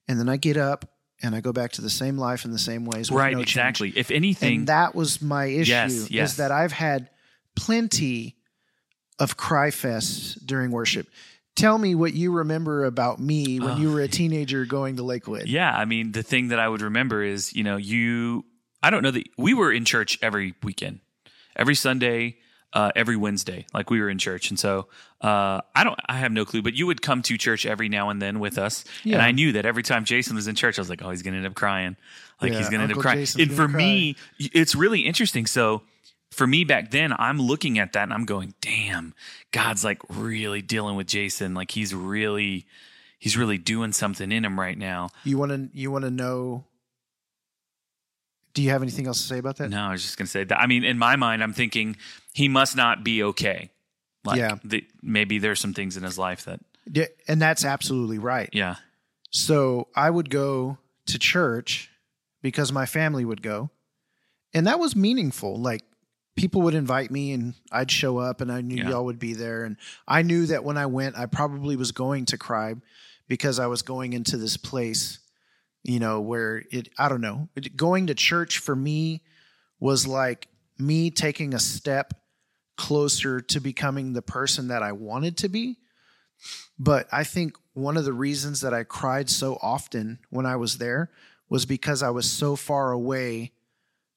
B: And then I get up and I go back to the same life in the same ways. with
A: right,
B: no change.
A: exactly. If anything,
B: And that was my issue
A: Yes, yes.
B: is that I've had plenty of cry fests during worship. Tell me what you remember about me when you were a teenager going to Lakewood.
A: yeah, I mean, the thing that I would remember is, you know, you, I don't know that we were in church every weekend, every Sunday, uh, every Wednesday, like we were in church. And so, uh, I don't, I have no clue, but you would come to church every now and then with us. And
B: Yeah.
A: I knew that every time Jason was in church, I was like, oh, he's going to end up crying. Like
B: Yeah,
A: he's going to end up
B: Uncle
A: crying.
B: Jason's
A: and
B: gonna
A: for me, y- it's really interesting. So, for me back then, I'm looking at that and I'm going, damn, God's like really dealing with Jason. Like he's really, he's really doing something in him right now.
B: You want to you want to know Do you have anything else to say about that?
A: No, I was just gonna say that. I mean, in my mind, I'm thinking he must not be okay. Like,
B: Yeah.
A: the, maybe there's some things in his life that,
B: Yeah, And that's absolutely right.
A: yeah,
B: So I would go to church because my family would go. And that was meaningful. Like people would invite me and I'd show up and I knew
A: Yeah.
B: y'all would be there. And I knew that when I went, I probably was going to cry because I was going into this place, you know, where it, I don't know, It- going to church for me was like me taking a step closer to becoming the person that I wanted to be. But I think one of the reasons that I cried so often when I was there was because I was so far away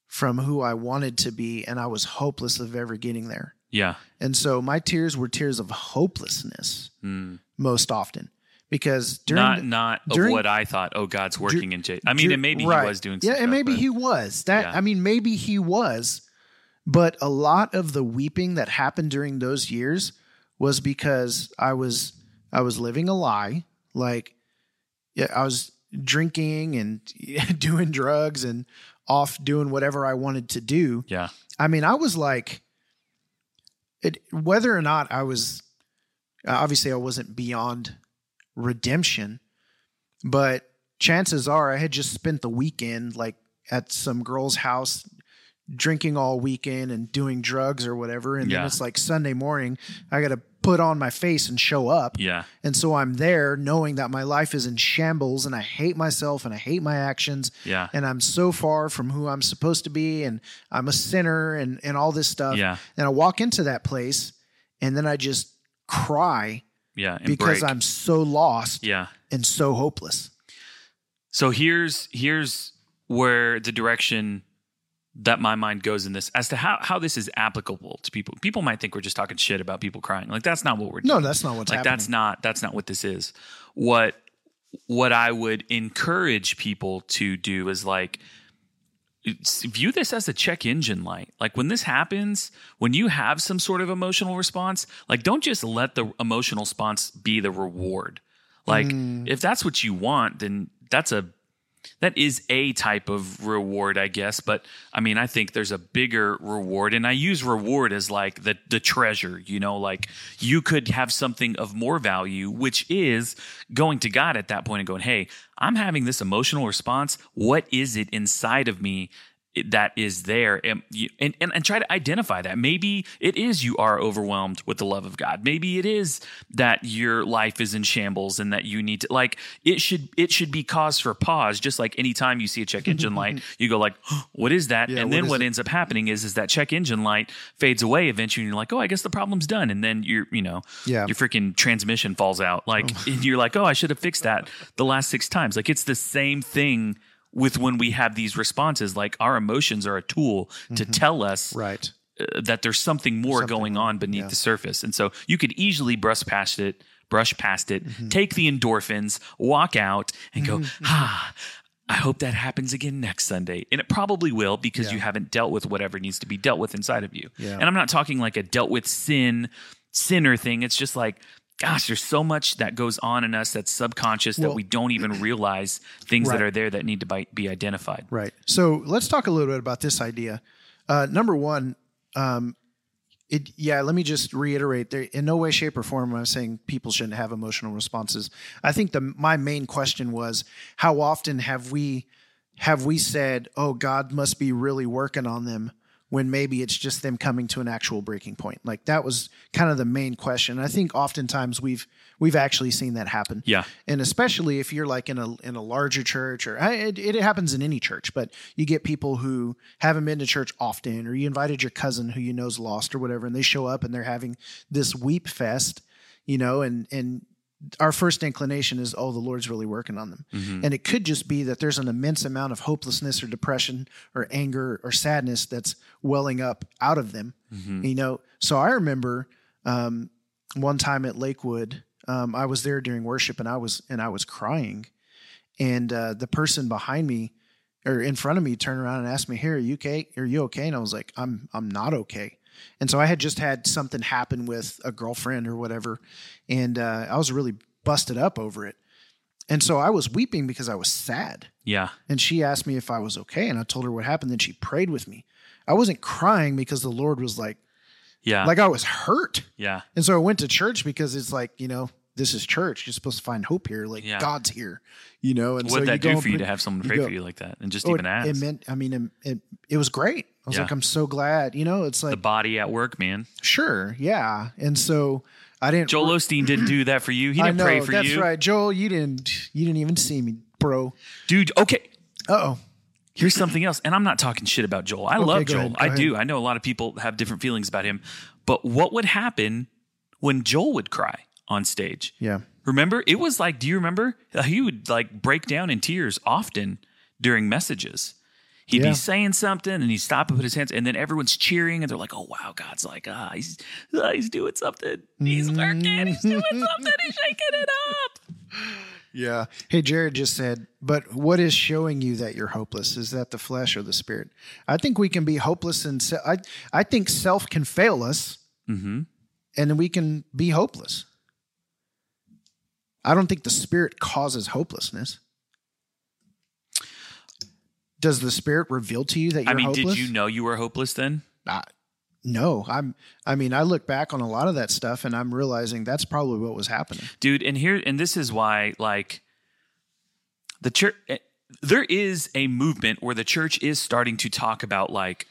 B: from who I wanted to be and I was hopeless of ever getting there.
A: yeah,
B: And so my tears were tears of hopelessness
A: Mm.
B: most often because during
A: not
B: the-
A: not
B: during-
A: of what I thought. Oh, God's working in Jason. I mean,
B: Dur-
A: and maybe
B: right.
A: he was doing, some
B: yeah, and
A: stuff,
B: maybe
A: but-
B: he was that.
A: Yeah.
B: I mean, maybe he was, but a lot of the weeping that happened during those years was because I was I was living a lie, like yeah, I was drinking and doing drugs and off doing whatever I wanted to do.
A: yeah,
B: I mean, I was like, it, whether or not I was, uh, obviously, I wasn't beyond redemption, but chances are I had just spent the weekend like at some girl's house drinking all weekend and doing drugs or whatever. And
A: Yeah.
B: then it's like Sunday morning, I got to put on my face and show up.
A: yeah,
B: And so I'm there knowing that my life is in shambles and I hate myself and I hate my actions
A: yeah,
B: and I'm so far from who I'm supposed to be, and I'm a sinner, and and all this stuff.
A: yeah,
B: And I walk into that place, and then I just cry
A: yeah, and
B: because
A: break.
B: I'm so lost
A: yeah.
B: and so hopeless.
A: So here's here's where the direction that my mind goes in this as to how how this is applicable to people. People might think we're just talking shit about people crying. Like that's not what we're doing.
B: No, that's not what's
A: like
B: happening.
A: that's not that's not what this is what what i would encourage people to do is like s- view this as a check engine light like when this happens when you have some sort of emotional response like don't just let the emotional response be the reward like
B: Mm.
A: if that's what you want then that's a that is a type of reward i guess but i mean i think there's a bigger reward and i use reward as like the the treasure you know like you could have something of more value which is going to god at that point and going hey i'm having this emotional response what is it inside of me it- that is there and, you- and and and try to identify that maybe it is you are overwhelmed with the love of god maybe it is that your life is in shambles and that you need to like it should it should be cause for pause just like anytime you see a check engine light you go like "Huh, what is that
B: Yeah,
A: and
B: what
A: then
B: is
A: what
B: it?
A: ends up happening is is that check engine light fades away eventually and you're like oh i guess the problem's done and then you're you know
B: Yeah.
A: your freaking transmission falls out like and you're like oh i should have fixed that the last six times like it's the same thing with when we have these responses like our emotions are a tool to tell us
B: Right.
A: uh, that there's something more going on beneath the surface. And so you could easily brush past it, brush past it,
B: Mm-hmm.
A: take the endorphins, walk out and go, ah, I hope that happens again next Sunday. And it probably will because you haven't dealt with whatever needs to be dealt with inside of you.
B: Yeah.
A: And I'm not talking like a dealt with sin, sinner thing. It's just like, gosh, there's so much that goes on in us that's subconscious that
B: Well-
A: we don't even realize things
B: Right.
A: that are there that need to bi- be identified.
B: Right. So let's talk a little bit about this idea. Uh, number one, um, it yeah. Let me just reiterate: there, in no way, shape, or form, am i saying people shouldn't have emotional responses. I think the my main question was how often have we have we said, "Oh, God must be really working on them," when maybe it's just them coming to an actual breaking point. Like that was kind of the main question. I think oftentimes we've we've actually seen that happen
A: Yeah.
B: and especially if you're like in a in a larger church or I- it, it happens in any church but you get people who haven't been to church often or you invited your cousin who you know's lost or whatever and they show up and they're having this weep fest you know and and our first inclination is oh the lord's really working on them
A: Mm-hmm.
B: and it could just be that there's an immense amount of hopelessness or depression or anger or sadness that's welling up out of them
A: Mm-hmm.
B: you know so i remember um, one time at lakewood um, i was there during worship and i was and i was crying and uh, the person behind me or in front of me turned around and asked me here are you okay are you okay and i was like i'm i'm not okay and so i had just had something happen with a girlfriend or whatever and uh, i was really busted up over it and so i was weeping because i was sad
A: Yeah.
B: and she asked me if I was okay. And I told her what happened. Then she prayed with me. I wasn't crying because the Lord was like,
A: Yeah.
B: like I was hurt.
A: yeah.
B: And so I went to church because it's like, you know, this is church. You're supposed to find hope here. Like
A: Yeah.
B: God's here, you know? And
A: What'd
B: so
A: that
B: go
A: do
B: and
A: for you to
B: put-
A: have someone
B: you
A: pray
B: go-
A: for you like that and just
B: Oh,
A: even ask?
B: It meant, I mean, it, it, it was great. I was
A: Yeah.
B: like, I'm so glad, you know, it's
A: the
B: like,
A: body at work, man.
B: sure. Yeah. And so I didn't,
A: Joel Osteen didn't do that for you. He
B: I
A: didn't
B: know
A: pray for
B: that's
A: you,
B: right. Joel, you didn't, you didn't even see me, bro.
A: dude. Okay,
B: Uh-oh.
A: here's something else, and I'm not talking shit about Joel. I love
B: go
A: Joel.
B: ahead, go
A: I do. I know a lot of people have different feelings about him, but what would happen when Joel would cry on stage?
B: Yeah.
A: Remember, it was like, do you remember? Uh, He would like break down in tears often during messages. He'd
B: Yeah.
A: be saying something and he'd stop and put his hands, and then everyone's cheering and they're like, oh, wow, God's like, ah, he's, ah, he's doing something. He's
B: Mm-hmm.
A: working. He's doing something. He's shaking it up.
B: Yeah. Hey, Jared just said, but what is showing you that you're hopeless? Is that the flesh or the spirit? I think we can be hopeless and se- I, I think self can fail us
A: Mm-hmm.
B: and then we can be hopeless. I don't think the spirit causes hopelessness. Does the spirit reveal to you that you're
A: I mean,
B: hopeless?
A: did you know you were hopeless then?
B: I, no, I'm. I mean, I look back on a lot of that stuff, and I'm realizing that's probably what was happening.
A: dude and here and this is why like the church eh, there is a movement where the church is starting to talk about like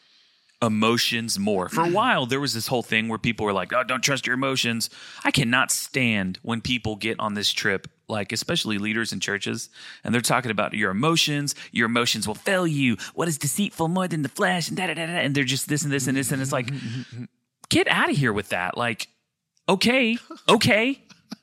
A: emotions more for a while there was this whole thing where people were like oh don't trust your emotions i cannot stand when people get on this trip like especially leaders in churches and they're talking about your emotions your emotions will fail you what is deceitful more than the flesh and da da da da and they're just this and this and this and it's like get out of here with that like okay okay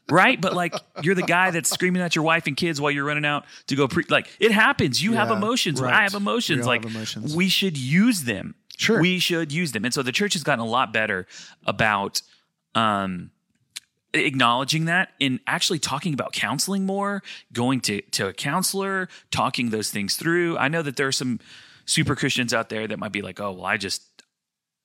A: right? But like you're the guy that's screaming at your wife and kids while you're running out to go pre like it happens. You have
B: Yeah,
A: emotions.
B: right.
A: I have emotions.
B: We all
A: like
B: have emotions.
A: we should use them.
B: Sure.
A: We should use them. And so the church has gotten a lot better about um acknowledging that and actually talking about counseling more, going to to a counselor, talking those things through. I know that there are some super Christians out there that might be like, "Oh, well, I just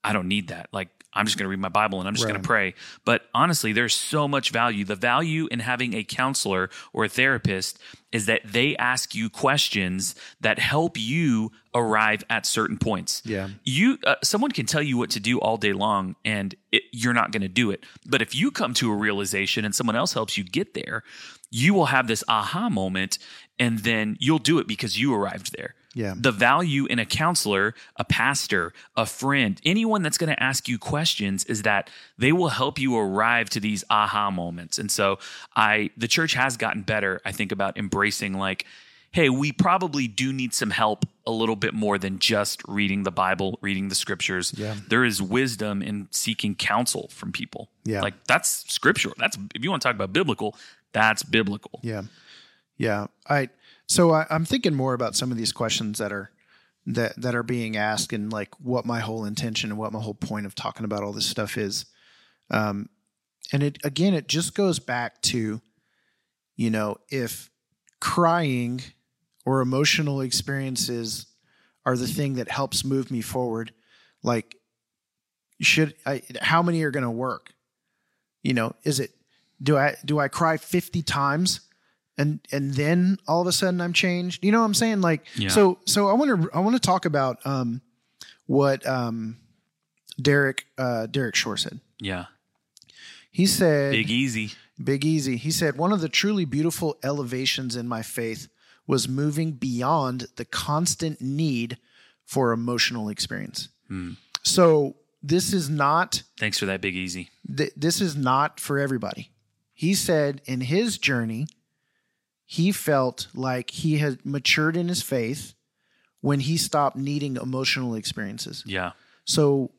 A: I don't need that. Like, I'm just going to read my Bible and I'm just going
B: Right.
A: to pray. But honestly, there's so much value. The value in having a counselor or a therapist is that they ask you questions that help you arrive at certain points.
B: Yeah.
A: You, uh, someone can tell you what to do all day long and it, you're not going to do it. But if you come to a realization and someone else helps you get there, you will have this aha moment and then you'll do it because you arrived there.
B: Yeah.
A: the value in a counselor, a pastor, a friend, anyone that's going to ask you questions is that they will help you arrive to these aha moments. And so I the church has gotten better, I think about embracing like hey, we probably do need some help a little bit more than just reading the Bible, reading the scriptures.
B: Yeah.
A: There is wisdom in seeking counsel from people.
B: Yeah.
A: Like that's scriptural. That's if you want to talk about biblical, that's biblical.
B: Yeah. Yeah. I so I, I'm thinking more about some of these questions that are that that are being asked and like what my whole intention and what my whole point of talking about all this stuff is. Um and it again it just goes back to, you know, if crying or emotional experiences are the thing that helps move me forward, like should I how many are gonna work? You know, is it do I do I cry 50 times and and then all of a sudden I'm changed. You know what I'm saying? Like
A: Yeah.
B: so so I want to I want to talk about um what um Derek uh Derek Shore said.
A: Yeah.
B: He said
A: Big easy.
B: Big Easy. He said, One of the truly beautiful elevations in my faith was moving beyond the constant need for emotional experience.
A: Hmm.
B: So, this is not
A: Thanks for that big easy.
B: th- this is not for everybody. He said in his journey, he felt like he had matured in his faith when he stopped needing emotional experiences.
A: Yeah.
B: So,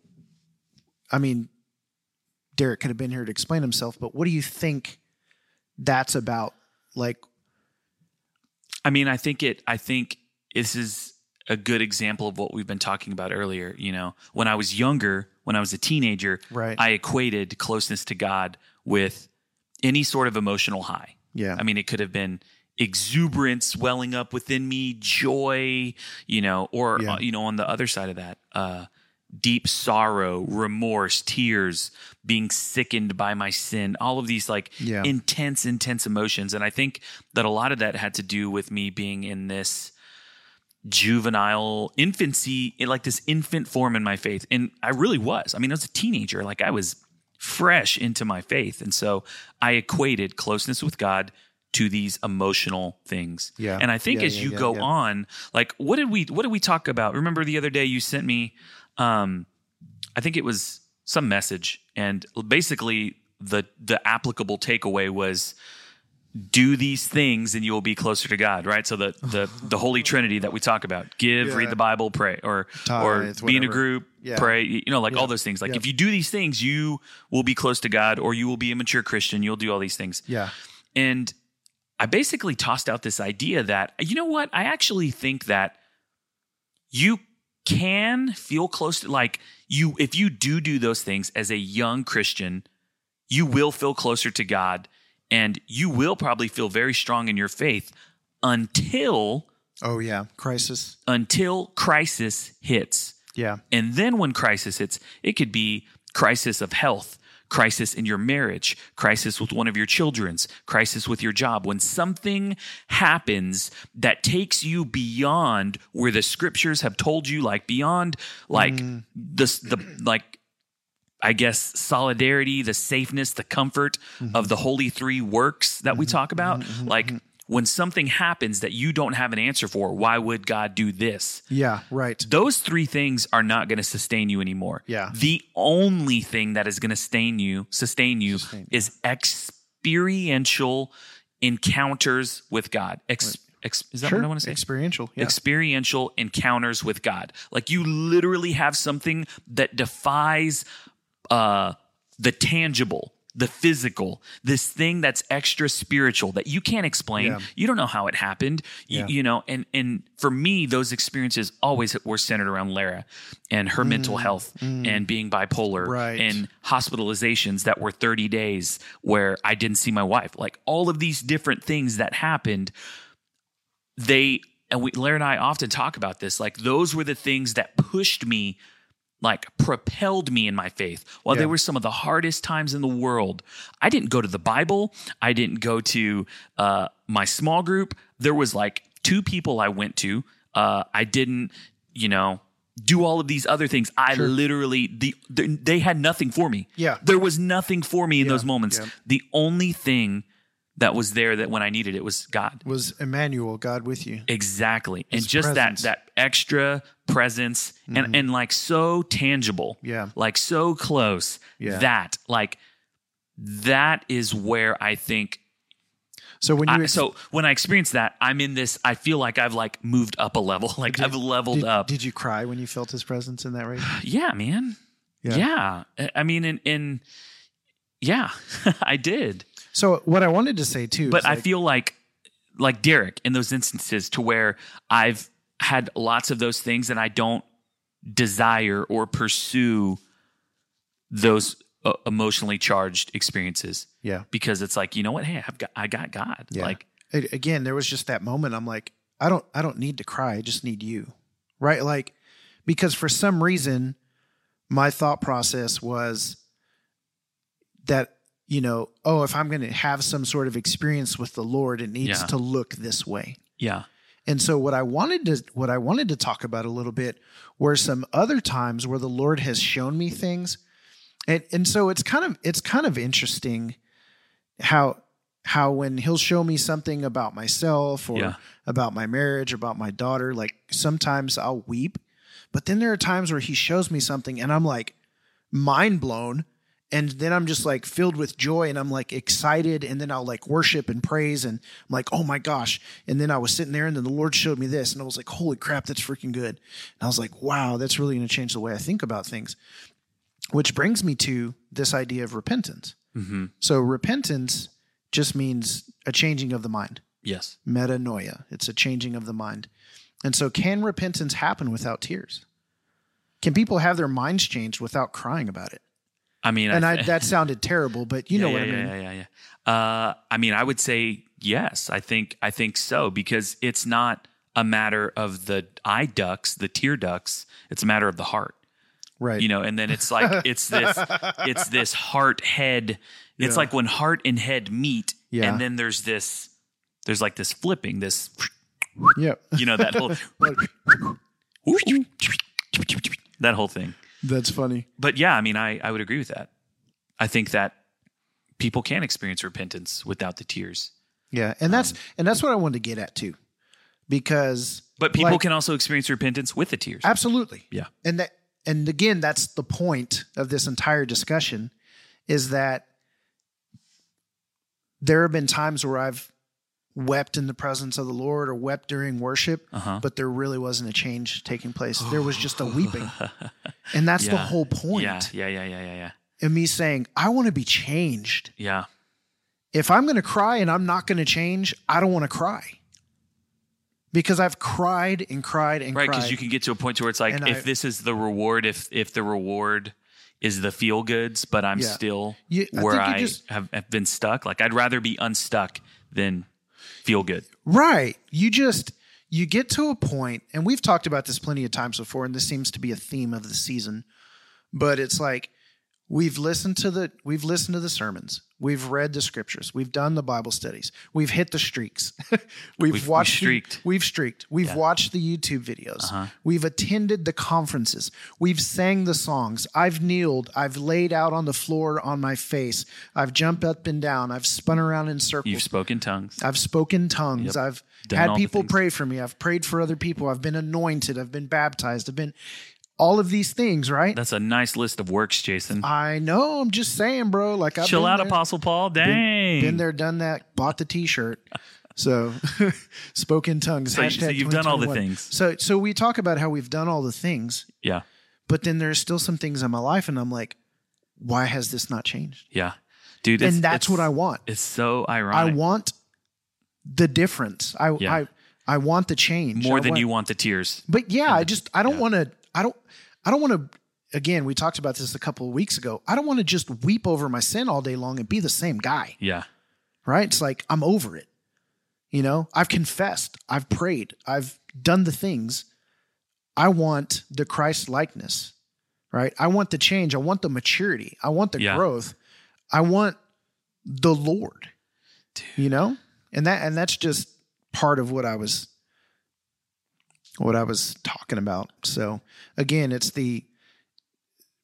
B: I mean, Derek could have been here to explain himself, but what do you think that's about? Like,
A: I mean, I think it, I think this is a good example of what we've been talking about earlier. You know, when I was younger, when I was a teenager,
B: Right.
A: I equated closeness to God with any sort of emotional high.
B: yeah,
A: I mean, it could have been exuberance welling up within me, joy, you know, or,
B: Yeah.
A: uh, you know, on the other side of that, uh, deep sorrow, remorse, tears, being sickened by my sin, all of these like
B: Yeah.
A: intense, intense emotions. And I think that a lot of that had to do with me being in this juvenile infancy, in, like this infant form in my faith. And I really was. I mean, I was a teenager, like I was fresh into my faith. And so I equated closeness with God to these emotional things.
B: Yeah.
A: And I think
B: Yeah,
A: as
B: yeah,
A: you
B: yeah,
A: go
B: yeah.
A: on, like what did we what did we talk about? Remember the other day you sent me um I think it was some message and basically the the applicable takeaway was do these things and you will be closer to God, right? So the the the holy trinity that we talk about, give,
B: Yeah.
A: read the Bible, pray or
B: Tithe,
A: or be in a
B: whatever.
A: group,
B: Yeah.
A: pray, you know, like all
B: Yep.
A: those things. Like
B: Yep.
A: if you do these things, you will be close to God or you will be a mature Christian, you'll do all these things.
B: yeah,
A: And I basically tossed out this idea that, you know what? I actually think that you can feel close to, like, you, if you do do those things as a young Christian, you will feel closer to God and you will probably feel very strong in your faith until,
B: oh yeah, crisis,
A: until crisis hits.
B: yeah,
A: And then when crisis hits, it could be crisis of health, crisis in your marriage, crisis with one of your children's, crisis with your job. When something happens that takes you beyond where the scriptures have told you, like beyond like this, the like I guess solidarity, the safeness, the comfort of the holy three works that we talk about, like. When something happens that you don't have an answer for, why would God do this?
B: yeah, right,
A: those three things are not going to sustain you anymore.
B: Yeah.
A: The only thing that is going to sustain you, sustain you, is experiential encounters with God. Ex, ex, is that
B: sure,
A: what I want to say?
B: experiential, yeah,
A: Experiential encounters with God. Like you literally have something that defies uh, the tangible, the physical, this thing that's extra spiritual that you can't explain.
B: Yeah.
A: You don't know how it happened. You,
B: Yeah.
A: you know, and and for me, those experiences always were centered around Lara and her mental health and being bipolar
B: Mm, Right.
A: and hospitalizations that were 30 days where I didn't see my wife. Like all of these different things that happened they and we Larry and I often talk about this. Like those were the things that pushed me, like propelled me in my faith. While
B: Yeah.
A: they were some of the hardest times in the world, I didn't go to the Bible. I didn't go to uh, my small group. There was like two people I went to. Uh, I didn't, you know, do all of these other things. I literally the they- they had nothing for me.
B: Yeah.
A: there was nothing for me in those moments.
B: yeah.
A: The only thing that was there that when I needed it was God.
B: was Emmanuel, God with you.
A: Exactly. And
B: His
A: just
B: presence. Mm-hmm.
A: that that extra presence and and like so tangible.
B: Yeah.
A: Like so close.
B: Yeah.
A: That like that is where I think
B: So when you
A: I, so when I experience that, I'm in this I feel like I've like moved up a level. Like I've leveled
B: did,
A: up.
B: did you cry when you felt his presence in that race?
A: yeah, man.
B: Yeah.
A: Yeah. I- I mean in in yeah, I did.
B: So what I wanted to say too,
A: but
B: is
A: I
B: like-
A: feel like like Derek in those instances to where I've had lots of those things and I don't desire or pursue those uh, emotionally charged experiences
B: yeah.
A: because it's like you know what hey I've got I got God
B: Yeah.
A: like
B: A- again, there was just that moment. I'm like, I don't, I don't need to cry. I just need you, right? Like, because for some reason, my thought process was that you know, oh, if I'm going to have some sort of experience with the Lord, it needs
A: Yeah.
B: to look this way.
A: yeah
B: And so what I wanted to what I wanted to talk about a little bit were some other times where the Lord has shown me things. And and so it's kind of it's kind of interesting how how when he'll show me something about myself or
A: Yeah.
B: about my marriage, about my daughter, like sometimes I'll weep, but then there are times where he shows me something and I'm like mind blown and then I'm just like filled with joy and I'm like excited and then I'll like worship and praise and I'm like, oh my gosh. And then I was sitting there and then the Lord showed me this and I was like, holy crap, that's freaking good. And I was like, wow, that's really going to change the way I think about things. Which brings me to this idea of repentance.
A: hmm
B: So repentance just means a changing of the mind,
A: yes
B: metanoia. It's a changing of the mind. And so can repentance happen without tears? Can people have their minds changed without crying about it?
A: I mean
B: and I, that sounded terrible, but you know
A: yeah,
B: what I
A: yeah,
B: mean.
A: Yeah, yeah, yeah. Uh, I mean, I would say yes. I think I think so because it's not a matter of the eye ducts, the tear ducts. It's a matter of the heart,
B: Right.
A: you know. And then it's like it's this it's this heart head. It's
B: Yeah.
A: like when heart and head meet,
B: Yeah.
A: and then there's this there's like this flipping, this
B: Yep.
A: you know that whole that whole thing.
B: That's funny.
A: But yeah, I mean, I I would agree with that. I think that people can experience repentance without the tears.
B: Yeah. And that's and that's what I wanted to get at too. Because
A: But people
B: Like-
A: can also experience repentance with the tears.
B: absolutely.
A: Yeah.
B: And that and again, that's the point of this entire discussion is that there have been times where I've wept in the presence of the Lord or wept during worship,
A: Uh-huh.
B: but there really wasn't a change taking place. There was just a weeping. And that's the
A: Yeah.
B: whole point
A: Yeah, yeah, yeah, yeah, yeah, yeah.
B: of me saying, I want to be changed.
A: Yeah.
B: if I'm going to cry and I'm not going to change, I don't want to cry because I've cried and cried and
A: Right,
B: cried.
A: because you can get to a point to where it's like
B: And
A: if
B: I-
A: this is the reward, if if the reward is the feel goods, but I'm
B: Yeah.
A: still
B: You- I
A: where
B: think you
A: I
B: just-
A: have, have been stuck. Like I'd rather be unstuck than feel good.
B: right. You just you get to a point, and we've talked about this plenty of times before, and this seems to be a theme of the season. But it's like we've listened to the we've listened to the sermons, we've read the scriptures, we've done the Bible studies, we've hit the streaks, we've,
A: We've- we
B: watched the-
A: streaked. Uh-huh.
B: we've streaked, we've watched the YouTube videos, we've attended the conferences, we've sang the songs, I've kneeled, I've laid out on the floor on my face, I've jumped up and down, I've spun around in circles.
A: You've spoken tongues.
B: I've spoken tongues. I've
A: Done all
B: had
A: the
B: people
A: things.
B: pray for me. I've prayed for other people. I've been anointed. I've been baptized. I've been all of these things, right?
A: That's a nice list of works, Jason.
B: I know. I'm just saying, bro. Like I've
A: Chill
B: been
A: out,
B: there,
A: Apostle Paul. Dang.
B: Been there, done that. Bought the T-shirt. So, spoken tongues.
A: So you- so
B: hashtag
A: you've done all the
B: 2021.
A: things.
B: So, so we talk about how we've done all the things,
A: Yeah.
B: but then there's still some things in my life, and I'm like, why has this not changed?
A: Yeah. Dude, it's,
B: and that's
A: it's-
B: what I want.
A: It's so
B: I
A: ironic.
B: want the difference. I,
A: Yeah.
B: I, I want the change.
A: more
B: I
A: than
B: want-
A: you want the tears.
B: But yeah, I just I don't want to I don't I don't want to again, we talked about this a couple of weeks ago. I don't want to just weep over my sin all day long and be the same guy,
A: Yeah.
B: right? It's like I'm over it. You know, I've confessed, I've prayed, I've done the things. I want the Christ likeness, right? I want the change, I want the maturity, I want the
A: Yeah.
B: growth. I want the Lord. You know? And that and that's just part of what I was what I was talking about. So again, it's the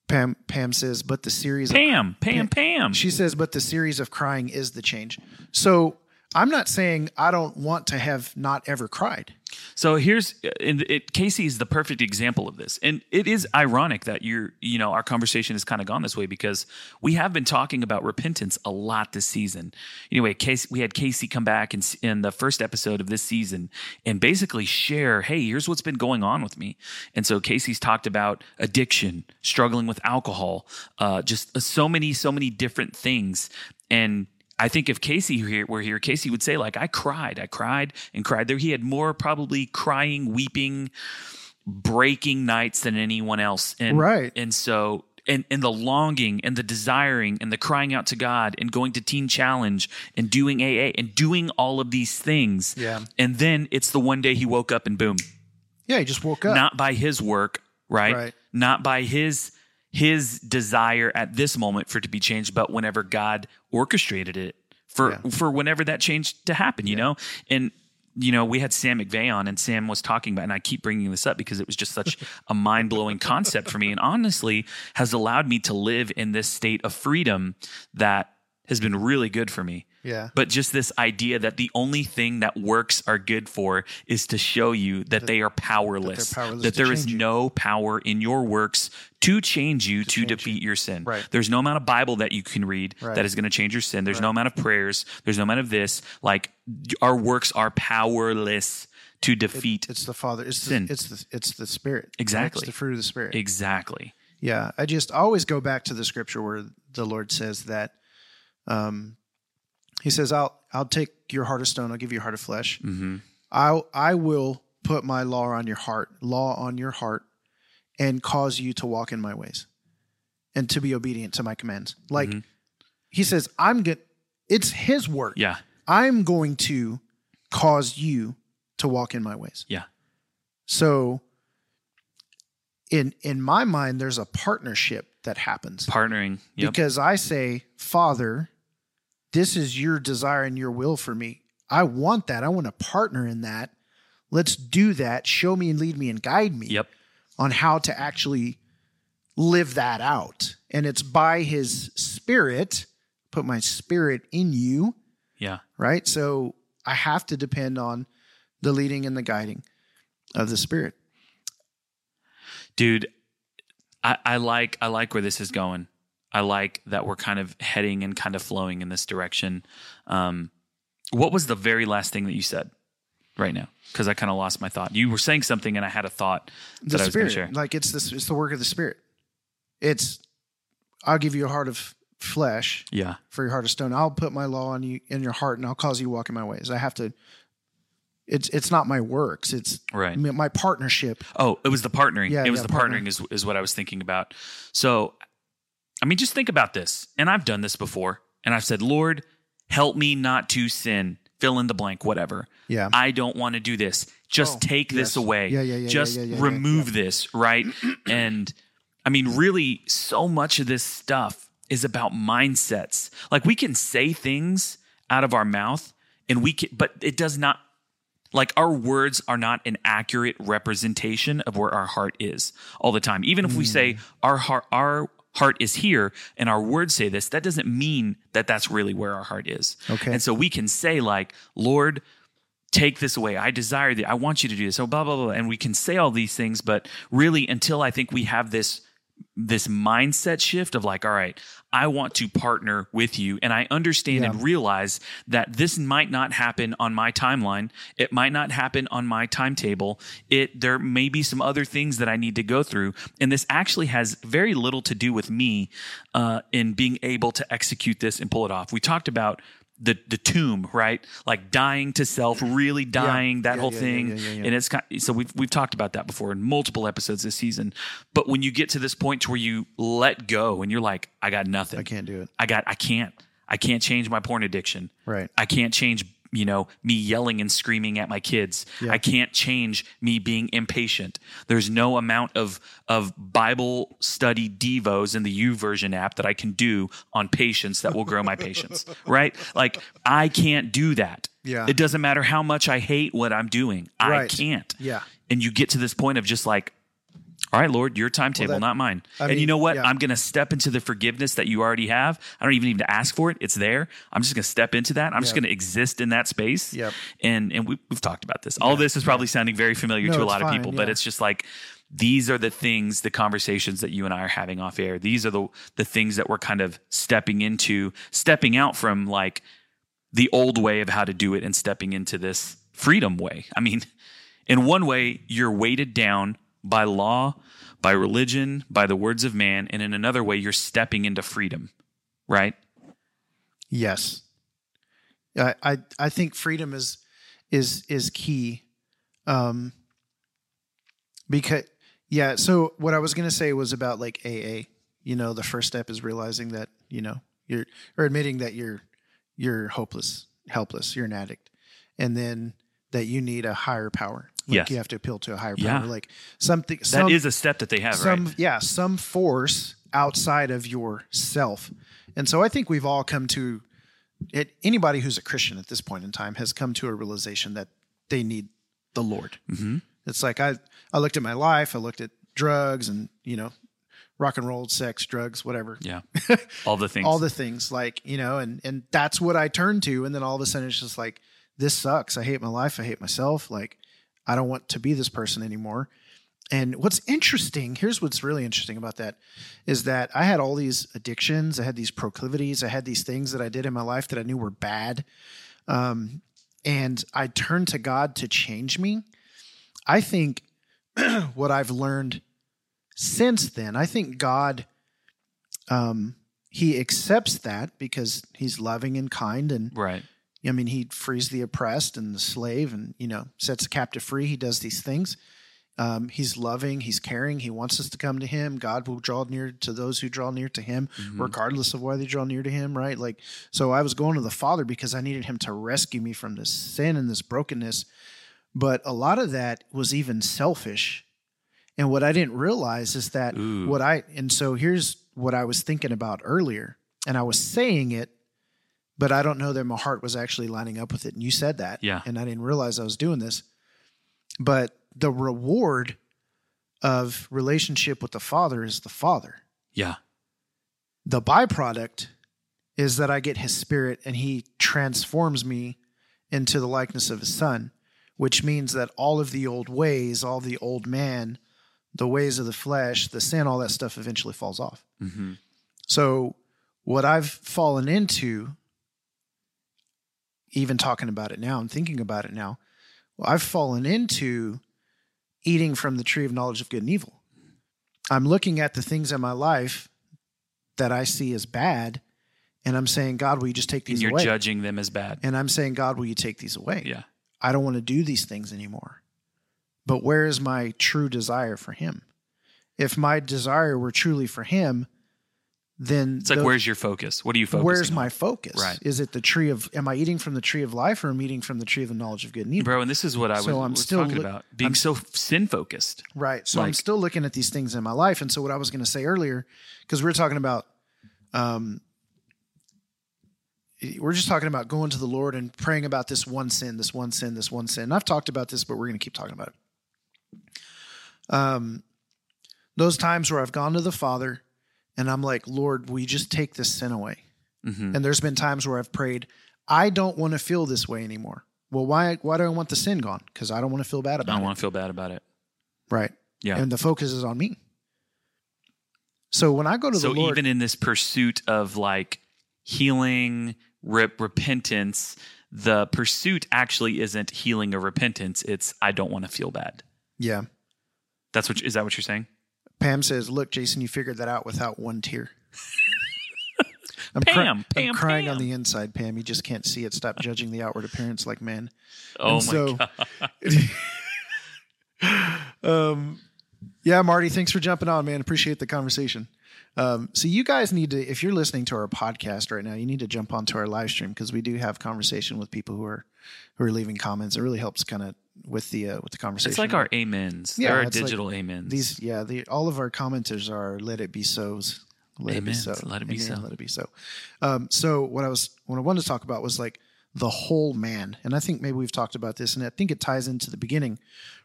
B: Pam Pam says, but the series of
A: Pam, Pam, Pam.
B: she says, but the series of crying is the change. So I'm not saying I don't want to have not ever cried.
A: So here's and it, Casey is the perfect example of this, and it is ironic that you're you know our conversation has kind of gone this way because we have been talking about repentance a lot this season. Anyway, Casey, we had Casey come back in, s- in the first episode of this season and basically share, hey, here's what's been going on with me. And so Casey's talked about addiction, struggling with alcohol, uh, just so many so many different things, and I think if Casey here were here, Casey would say like, "I cried, I cried, and cried." There, he had more probably crying, weeping, breaking nights than anyone else. And,
B: Right.
A: And so, and and the longing, and the desiring, and the crying out to God, and going to Teen Challenge, and doing AA, and doing all of these things.
B: Yeah.
A: And then it's the one day he woke up and boom,
B: Yeah, he just woke up.
A: not by his work, right?
B: Right.
A: Not by his his desire at this moment for it to be changed, but whenever God orchestrated it for for whenever that change to happen, you know? And you know, we had Sam McVeigh on, and Sam was talking about, and I keep bringing this up because it was just such a mind blowing concept for me, and honestly has allowed me to live in this state of freedom that has been really good for me
B: yeah.
A: but just this idea that the only thing that works are good for is to show you that they are powerless,
B: powerless
A: that
B: to
A: there is
B: change you.
A: no power in your works to change you to, defeat your sin.
B: Right.
A: There's no amount of Bible that you can read that
B: Right.
A: is going to change your sin. There's no amount of prayers. There's no amount of this. Like our works are powerless to defeat.
B: It's the Father. It's
A: Sin.
B: the, it's the it's the Spirit. right?
A: Exactly.
B: It's the fruit of the Spirit.
A: exactly.
B: Yeah, I just always go back to the scripture where the Lord says that um he says I'll I'll take your heart of stone, I'll give you a heart of flesh.
A: hmm
B: I I will put my law on your heart, law on your heart and cause you to walk in my ways and to be obedient to my commands. Like
A: Mhm.
B: he says I'm good it's his work.
A: Yeah.
B: I'm going to cause you to walk in my ways.
A: Yeah.
B: So in in my mind there's a partnership that happens
A: Partnering. Yep.
B: because I say, "Father, this is your desire and your will for me. I want that. I want to partner in that. Let's do that. Show me and lead me and guide me
A: Yep.
B: on how to actually live that out." And it's by his spirit, put my spirit in you,
A: Yeah.
B: right? So I have to depend on the leading and the guiding of the spirit.
A: dude I, I like i like where this is going i like that we're kind of heading and kind of flowing in this direction um what was the very last thing that you said right now because i kind of lost my thought you were saying something and i had a thought
B: The
A: that i was going
B: spirit,
A: to share
B: like it's this, it's the work of the spirit. It's I'll give you a heart of flesh
A: yeah
B: for your heart of stone. I'll put my law on you in your heart, and I'll cause you to walk in my ways. I have to. It's it's not my works. It's
A: right
B: my my partnership.
A: Oh, it was the partnering.
B: Mm-hmm. Yeah,
A: it was
B: yeah,
A: the
B: partner.
A: partnering is is what I was thinking about. So, I mean, just think about this. And I've done this before, and I've said, "Lord, help me not to sin." Fill in the blank, whatever.
B: Yeah.
A: I don't want to do this. Just
B: Oh,
A: take this
B: yes.
A: away.
B: Yeah, yeah, yeah, yeah,
A: Just
B: yeah, yeah, yeah,
A: remove this, right? and I mean, really, so much of this stuff is about mindsets. Like we can say things out of our mouth, and we can, but it does not like our words are not an accurate representation of where our heart is all the time even if we
B: Mm.
A: say our heart our heart is here and our words say this that doesn't mean that that's really where our heart is
B: Okay.
A: and so we can say like lord take this away i desire that i want you to do this so blah blah blah and we can say all these things but really until i think we have this this mindset shift of like all right i want to partner with you and i understand and realize that this might not happen on my timeline it might not happen on my timetable it there may be some other things that i need to go through and this actually has very little to do with me uh, in being able to execute this and pull it off we talked about the the tomb right like dying to self really dying that
B: Yeah,
A: whole
B: yeah, yeah,
A: thing
B: yeah, yeah, yeah.
A: and it's kind so we've we've talked about that before in multiple episodes this season but when you get to this point to where you let go and you're like i got nothing
B: I can't do it.
A: i got i can't i can't change my porn addiction
B: Right.
A: i can't change you know me yelling and screaming at my kids i can't change me being impatient there's no amount of of bible study devos in the u version app that i can do on patience that will grow my patience right like i can't do that
B: Yeah.
A: it doesn't matter how much i hate what i'm doing i
B: Right.
A: can't
B: Yeah.
A: and you get to this point of just like All right, Lord, your timetable,
B: that-
A: not mine.
B: I
A: and you
B: mean,
A: know what?
B: yeah.
A: I'm going to step into the forgiveness that you already have. I don't even need to ask for it. It's there. I'm just going to step into that. I'm just going to exist in that space.
B: Yep.
A: And and we, we've talked about this. All this is probably sounding very familiar
B: No,
A: to a
B: it's
A: lot
B: fine,
A: of people, but
B: yeah.
A: it's just like these are the things, the conversations that you and I are having off air. These are the the things that we're kind of stepping into, stepping out from like the old way of how to do it and stepping into this freedom way. I mean, in one way, you're weighted down by law, by religion, by the words of man, and in another way, you're stepping into freedom, right?
B: Yes. I I, I think freedom is is is key. Um because yeah, so what I was going to say was about like AA. You know, the first step is realizing that, you know, you're or admitting that you're you're hopeless, helpless, you're an addict. And then that you need a higher power. Like
A: Yes.
B: you have to appeal to a higher
A: Yeah.
B: power. Like something
A: That
B: some,
A: is a step that they have,
B: some
A: right?
B: yeah some force outside of yourself and so i think we've all come to it anybody who's a christian at this point in time has come to a realization that they need the lord
A: Mhm.
B: it's like i i looked at my life i looked at drugs and you know rock and roll sex drugs whatever
A: Yeah. All the things.
B: all the things like you know and and that's what i turn to and then all of a sudden it's just like this sucks i hate my life i hate myself like i don't want to be this person anymore and what's interesting here's what's really interesting about that is that i had all these addictions i had these proclivities i had these things that i did in my life that i knew were bad um, and i turned to god to change me i think what i've learned since then i think god um, he accepts that because he's loving and kind and
A: right.
B: i mean he frees the oppressed and the slave and you know sets the captive free he does these things um, he's loving he's caring he wants us to come to him god will draw near to those who draw near to him
A: Mhm.
B: regardless of why they draw near to him right like so i was going to the father because i needed him to rescue me from this sin and this brokenness but a lot of that was even selfish and what i didn't realize is that
A: Ooh.
B: what i and so here's what i was thinking about earlier and i was saying it but i don't know that my heart was actually lining up with it and you said that
A: Yeah.
B: and i didn't realize i was doing this but the reward of relationship with the father is the father
A: Yeah.
B: the byproduct is that I get his spirit and he transforms me into the likeness of his son, which means that all of the old ways, all the old man, the ways of the flesh, the sin, all that stuff eventually falls off.
A: hmm
B: So, what I've fallen into, even talking about it now and thinking about it now, well, I've fallen into eating from the tree of knowledge of good and evil. I'm looking at the things in my life that I see as bad, and I'm saying, God, will you just take
A: And
B: these
A: you're
B: away?
A: judging them as bad.
B: and I'm saying, God, will you take these away?
A: Yeah.
B: I don't want to do these things anymore. But where is my true desire for him? If my desire were truly for him, then
A: It's like,
B: tho-
A: where's your focus? What are you focusing
B: where's
A: on?
B: my focus?
A: Right.
B: Is it the tree of am I eating from the tree of life or am I eating from the tree of the knowledge of good and evil?
A: Bro, and this is what I was,
B: So I'm
A: was
B: still
A: talking
B: look-
A: about being
B: I'm-
A: so sin focused.
B: Right. So I'm
A: Like-
B: still looking at these things in my life. And so what I was going to say earlier, because we were talking about, um, we we're just talking about going to the Lord and praying about this one sin, this one sin, this one sin. And I've talked about this, but we're going to keep talking about it. Um, those times where I've gone to the Father and I'm like, Lord, will you just take this sin away?
A: hmm
B: And there's been times where I've prayed, I don't want to feel this way anymore. Well, why why do I want the sin gone? Because I don't want to feel bad
A: I
B: about
A: don't
B: it.
A: want to feel bad about it.
B: Right.
A: Yeah.
B: And the focus is on me. So when I go to
A: so
B: the Lord,
A: even in this pursuit of like healing rep- repentance the pursuit actually isn't healing or repentance it's i don't want to feel bad
B: yeah,
A: that's what is that what you're saying
B: Pam says, "Look, Jason, you figured that out without one tear." I'm
A: Pam, Pam,
B: I'm crying
A: Pam.
B: on the inside, Pam. You just can't see it. Stop judging the outward appearance like man.
A: oh my
B: And so-
A: god
B: um, yeah, Marty, thanks for jumping on, man. Appreciate the conversation. Um, so you guys need to, if you're listening to our podcast right now, you need to jump onto our live stream because we do have conversation with people who are who are leaving comments. It really helps kind of with the uh, with the conversation.
A: it's like our amens
B: Yeah,
A: there are
B: it's like
A: digital amens
B: these, yeah, the, all of our commenters are let it be so's. Let it be so.
A: Amens. Let it be so.
B: Let it be so. Um, so what I was what I wanted to talk about was like the whole man, and I think maybe we've talked about this, and I think it ties into the beginning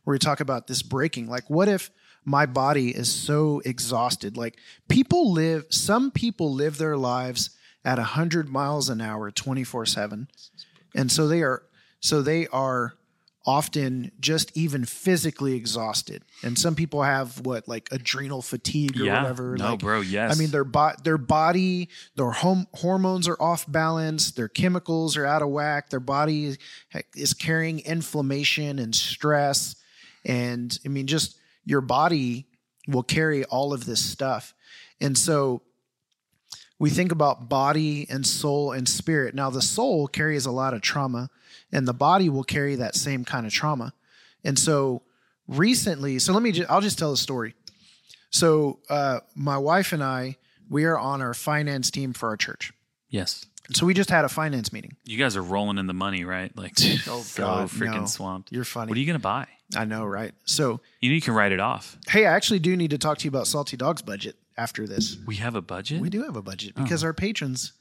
B: where we talk about this breaking. Like, what if my body is so exhausted. Like people live, some people live their lives at 100 miles an hour 24 7. And so they are, so they are often just even physically exhausted. And some people have what, like adrenal fatigue or
A: yeah.
B: whatever.
A: no,
B: like,
A: bro. Yes.
B: I mean, their bo- their body, their home hormones are off balance. Their chemicals are out of whack. Their body is, is carrying inflammation and stress, and I mean, just your body will carry all of this stuff. And so, we think about body and soul and spirit. Now, the soul carries a lot of trauma, and the body will carry that same kind of trauma. And so, recently, so let me, ju- I'll just tell a story. So uh, my wife and I, we are on our finance team for our church.
A: yes.
B: So we just had a finance meeting.
A: You guys are rolling in the money, right? Like,
B: Oh,
A: so
B: God,
A: freaking
B: no.
A: swamped.
B: You're funny.
A: What are you gonna buy?
B: I know, right? So
A: You know, you can write it off.
B: hey, I actually do need to talk to you about Salty Dog's budget after this.
A: We have a budget.
B: We do have a budget because our patrons,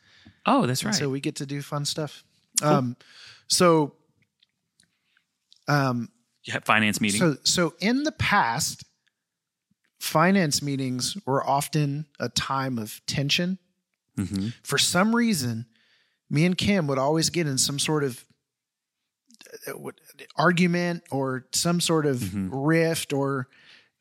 A: Oh, that's right.
B: so we get to do fun stuff. Um, so um,
A: yeah, finance meeting.
B: So, so in the past, finance meetings were often a time of tension.
A: Mhm.
B: For some reason, me and Kim would always get in some sort of uh, what- argument or some sort of rift or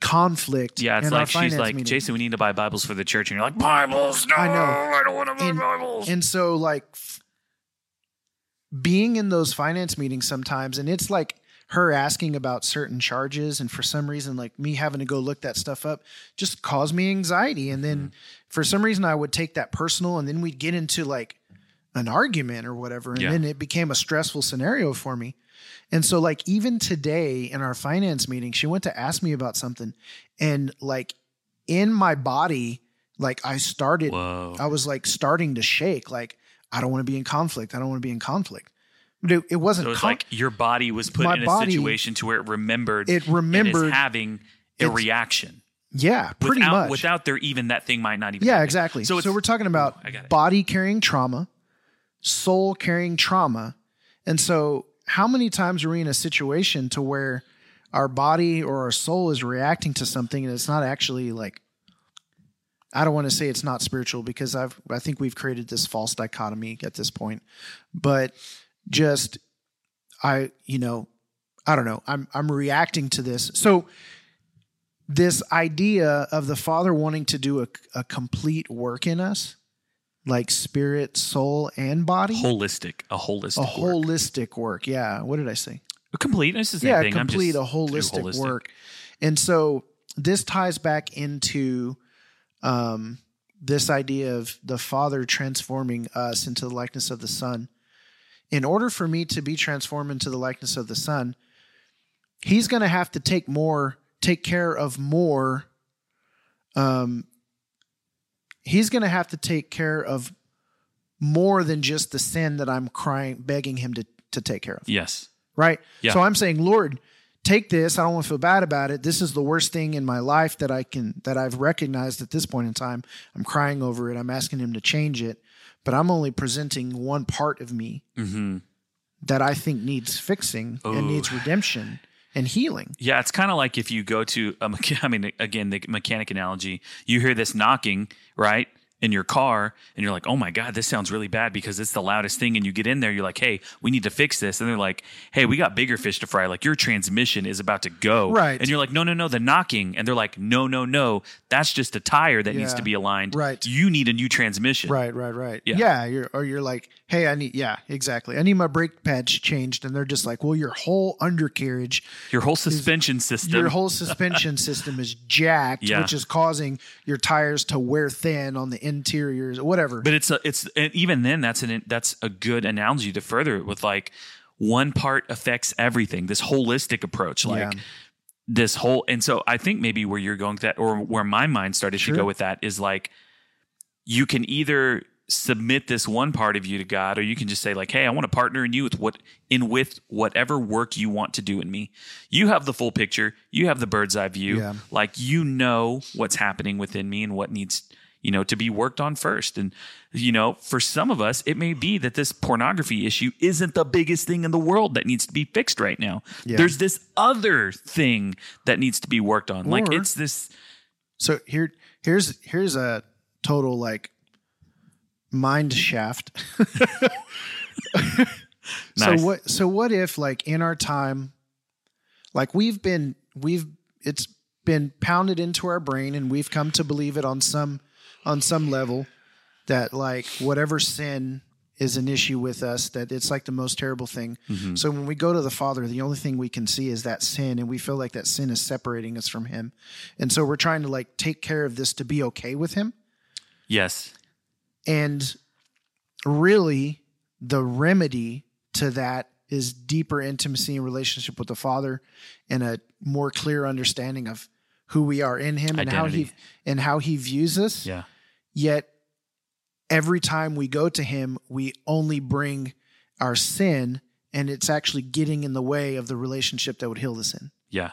B: conflict.
A: Mm-hmm. yeah, it's
B: in our
A: like she's
B: finance
A: like,
B: meeting.
A: Jason, we need to buy Bibles for the church, and you're like, Bibles? No,
B: I
A: I,
B: know.
A: don't want to buy
B: And-
A: Bibles.
B: And so, like, f- being in those finance meetings sometimes, and it's like her asking about certain charges, and for some reason, like me having to go look that stuff up just caused me anxiety. And then for some reason, I would take that personal, and then we'd get into like an argument or whatever. And
A: Yeah.
B: then it became a stressful scenario for me. And so, like, even today in our finance meeting, she went to ask me about something, and like in my body, like I started
A: Whoa.
B: I was like starting to shake. Like, I don't want to be in conflict. I don't want to be in conflict. But it, it wasn't
A: So it's
B: con-
A: like your body was put
B: My
A: in a
B: body-
A: situation to where it remembered
B: it remembered.
A: and is having a
B: It's-
A: reaction.
B: yeah, pretty
A: without,
B: much.
A: Without there even that thing might not even.
B: yeah,
A: happen.
B: exactly.
A: So
B: So,
A: it's,
B: we're talking about
A: I got it.
B: body carrying trauma, soul carrying trauma. And so, how many times are we in a situation to where our body or our soul is reacting to something and it's not actually like, I don't want to say it's not spiritual because I've, I think we've created this false dichotomy at this point, but just, I, you know, I don't know. I'm, I'm reacting to this. So, this idea of the Father wanting to do a, a complete work in us, like spirit, soul, and body,
A: holistic, a holistic,
B: a
A: work.
B: holistic work. Yeah. What did I say?
A: A complete. It's the same
B: yeah,
A: thing. I'm
B: complete
A: just
B: a holistic,
A: holistic.
B: work. And so this ties back into um, this idea of the Father transforming us into the likeness of the Son. In order for me to be transformed into the likeness of the Son, He's going to have to take more, take care of more. Um, he's going to have to take care of more than just the sin that I'm crying, begging Him to to take care of
A: Yes.
B: right?
A: Yeah.
B: So I'm saying, Lord, take this. I don't want to feel bad about it. This is the worst thing in my life that I can that I've recognized at this point in time. I'm crying over it. I'm asking him to change it, but I'm only presenting one part of me
A: hmm
B: that I think needs fixing
A: Ooh.
B: and needs redemption and healing.
A: Yeah, it's kind of like if you go to a mech- I mean, again, the mechanic analogy. You hear this knocking, right? In your car, and you're like, "Oh my god, this sounds really bad because it's the loudest thing." And you get in there, you're like, "Hey, we need to fix this." And they're like, "Hey, we got bigger fish to fry. Like your transmission is about to go."
B: Right.
A: And you're like, "No, no, no, the knocking." And they're like, "No, no, no, that's just a tire that needs
B: Yeah.
A: to be aligned.
B: Right.
A: You need a new transmission."
B: Right, right, right.
A: Yeah.
B: you're, or you're like, hey, I need, yeah, exactly. I need my brake pads changed, and they're just like, well, your whole undercarriage
A: Your whole suspension system.
B: your whole suspension system is jacked,
A: Yeah.
B: which is causing your tires to wear thin on the interiors, whatever.
A: But it's a, it's and even then that's an that's a good analogy to further it with like one part affects everything. This holistic approach, like
B: Yeah.
A: this whole and so I think maybe where you're going with that or where my mind started
B: Sure.
A: to go with that is like you can either submit this one part of you to God or you can just say like hey I want to partner in you with what in with whatever work you want to do in me. You have the full picture, you have the bird's eye view.
B: Yeah.
A: Like you know what's happening within me and what needs you know, to be worked on first. And, you know, for some of us, it may be that this pornography issue isn't the biggest thing in the world that needs to be fixed right now.
B: Yeah.
A: There's this other thing that needs to be worked on. like
B: Or-
A: it's this
B: So here, here's here's a total like mind shaft.
A: Nice.
B: So what? So what if like in our time, like we've been we've it's been pounded into our brain, and we've come to believe it on some on some level that like whatever sin is an issue with us that it's like the most terrible thing. So when we go to the Father, the only thing we can see is that sin and we feel like that sin is separating us from him. And so we're trying to like take care of this to be okay with him.
A: yes.
B: And really, the remedy to that is deeper intimacy and relationship with the Father and a more clear understanding of who we are in him and how he
A: Identity.
B: and how he views us.
A: Yeah.
B: Yet every time we go to him, we only bring our sin and it's actually getting in the way of the relationship that would heal the sin.
A: Yeah.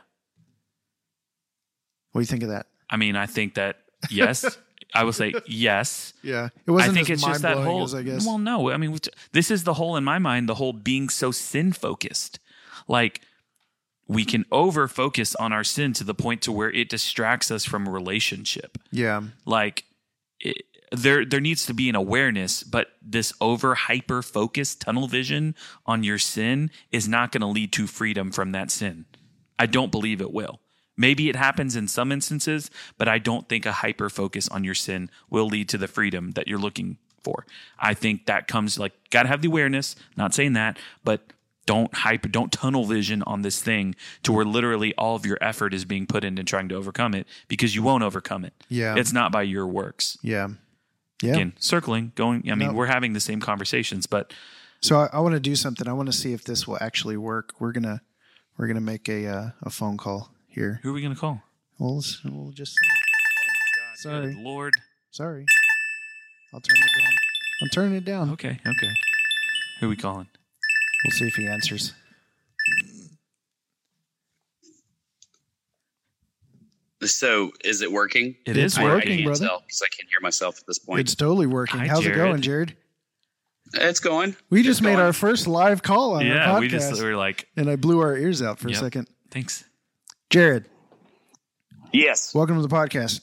B: What do you think of that?
A: I mean, I think that yes, I will say yes.
B: Yeah.
A: I
B: It wasn't
A: think
B: as
A: it's just that
B: mind-blowing
A: whole.
B: as I guess.
A: Well, no, I mean, we t- this is the whole in my mind. The whole being so sin focused, like we can over focus on our sin to the point to where it distracts us from relationship.
B: yeah.
A: Like it, there, there needs to be an awareness, but this over hyper focused tunnel vision on your sin is not going to lead to freedom from that sin. I don't believe it will. Maybe it happens in some instances, but I don't think a hyper focus on your sin will lead to the freedom that you're looking for. I think that comes like got to have the awareness, not saying that, but don't hyper don't tunnel vision on this thing to where literally all of your effort is being put into trying to overcome it because you won't overcome it.
B: Yeah.
A: It's not by your works.
B: Yeah. Yeah.
A: Again, circling, going I mean,
B: No.
A: we're having the same conversations, but
B: So I, I want to do something. I want to see if this will actually work. We're gonna we're gonna make a uh, a phone call here.
A: who are we going to call?
B: We'll, s- we'll just see. Sorry.
A: Good Lord.
B: sorry. I'll turn it down. I'm turning it down.
A: Okay, okay. Who are we calling?
B: We'll see if he answers.
D: So is it working?
A: It
B: It's
A: is
D: I- I
A: working.
D: can't
B: brother.
D: tell because I can't hear myself at this point.
B: It's totally working.
A: Hi,
B: How's
A: Jared.
B: it going, Jared?
D: It's, going.
B: We
D: It's
B: just made
D: going.
B: our first live call on
A: yeah,
B: our podcast,
A: we just we were like,
B: and I blew our ears out for
A: Yep.
B: a second.
A: thanks.
B: Jared,
D: yes.
B: welcome to the podcast.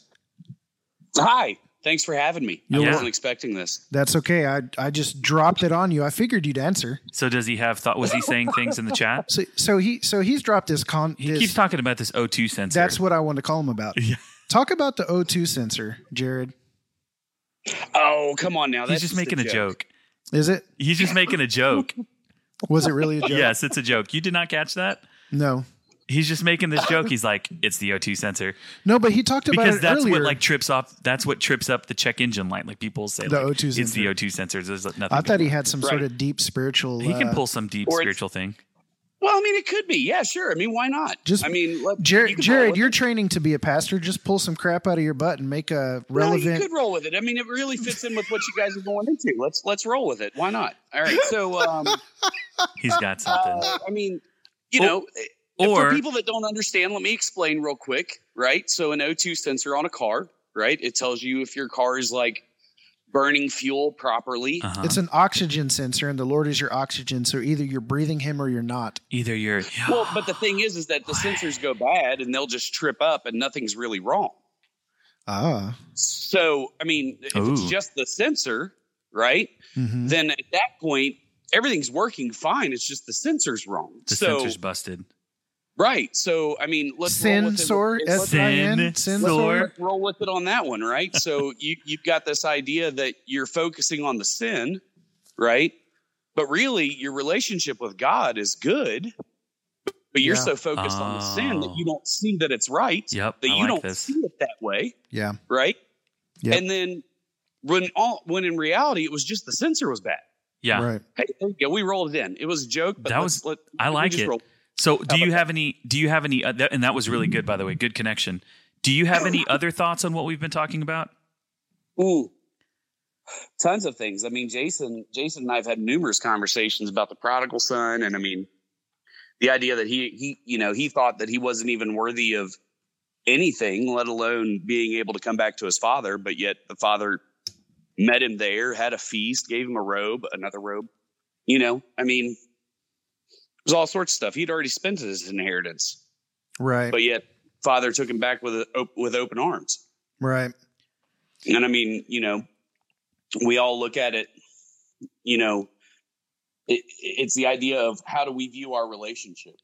D: Hi. Thanks for having me.
A: You're
D: I wasn't
A: welcome.
D: expecting this.
B: That's okay. I I just dropped it on you. I figured you'd answer.
A: So does he have thought? Was he saying things in the chat?
B: So so he so he's dropped this con.
A: He
B: this-
A: keeps talking about this O2 sensor.
B: That's what I want to call him about.
A: Yeah.
B: Talk about the O2 sensor, Jared.
D: Oh, come on now.
A: he's
D: That's
A: just making a joke.
B: Is it?
A: He's just making a joke.
B: Was it really a joke?
A: yes, it's a joke. You did not catch that.
B: No.
A: He's just making this joke. He's like, it's the O2 sensor
B: No, but he talked about
A: because
B: it
A: that's
B: earlier.
A: what like trips off. That's what trips up the check engine light. Like people say,
B: The
A: like,
B: O2
A: It's the
B: sensor.
A: O2 sensor. There's nothing.
B: I thought he
A: going
B: had some sort
D: Right.
B: of deep spiritual.
A: on. he
B: uh,
A: can pull some deep
D: Or it's-
A: spiritual thing.
D: Well, I mean, it could be. Yeah, sure. I mean, why not?
B: Just-
D: I mean, let, you
B: Jared,
D: could roll
B: Jared,
D: with
B: you're
D: it.
B: training to be a pastor. Just pull some crap out of your butt and make a
D: No, you
B: relevant.
D: could roll with it. I mean, it really fits in with what you guys are going into. Let's let's roll with it. Why not? All right. So, um,
A: He's got something.
D: uh, I mean, you
A: Oh,
D: know,
A: or
D: for people that don't understand, let me explain real quick, right? So an O2 sensor on a car, right? It tells you if your car is like burning fuel properly.
A: uh-huh.
B: It's an oxygen sensor, and the Lord is your oxygen. So either you're breathing Him or you're not.
A: either you're
D: Well, but the thing is, is that the sensors go bad and they'll just trip up and nothing's really wrong.
B: Ah.
D: So, I mean, if
A: Ooh. Mm-hmm.
D: it's just the sensor, right?
B: hmm
D: Then at that point, everything's working fine. It's just the sensor's wrong.
A: the
D: so,
A: sensor's busted.
D: right. So, I mean, let's roll with it.
B: Sensor.
D: Let's-
B: S I N.
A: Sin-
B: Sensor.
A: Sor.
D: let's roll with it on that one, right? so you you've got this idea that you're focusing on the sin, right? But really, your relationship with God is good, but you're
B: Yeah.
D: so focused on the sin that
A: Oh.
D: you don't see that it's right,
A: Yep.
D: that
A: I
D: you
A: like
D: don't
A: this.
D: see it that way,
B: Yeah.
D: right?
B: Yep.
D: And then when all when in reality it was just the sensor was bad.
A: Yeah.
B: Right.
D: Hey, there you go. we rolled it in. It was a joke, but
A: That
D: let's-
A: was-
D: let,
A: I
D: we
A: like
D: just
A: it.
D: roll.
A: So, do
D: How
A: you
D: about
A: have any? Do you have any? Uh, that, and that was really good, by the way. Good connection. Do you have any other thoughts on what we've been talking about?
D: Ooh, tons of things. I mean, Jason, Jason and I have had numerous conversations about the prodigal son, and I mean, the idea that he he you know he thought that he wasn't even worthy of anything, let alone being able to come back to his father. But yet the father met him there, had a feast, gave him a robe, another robe. You know, I mean, it was all sorts of stuff. He'd already spent his inheritance,
B: Right.
D: but yet father took him back with a, op- with open arms.
B: right.
D: And I mean, you know, we all look at it, you know, it, it's the idea of how do we view our relationship?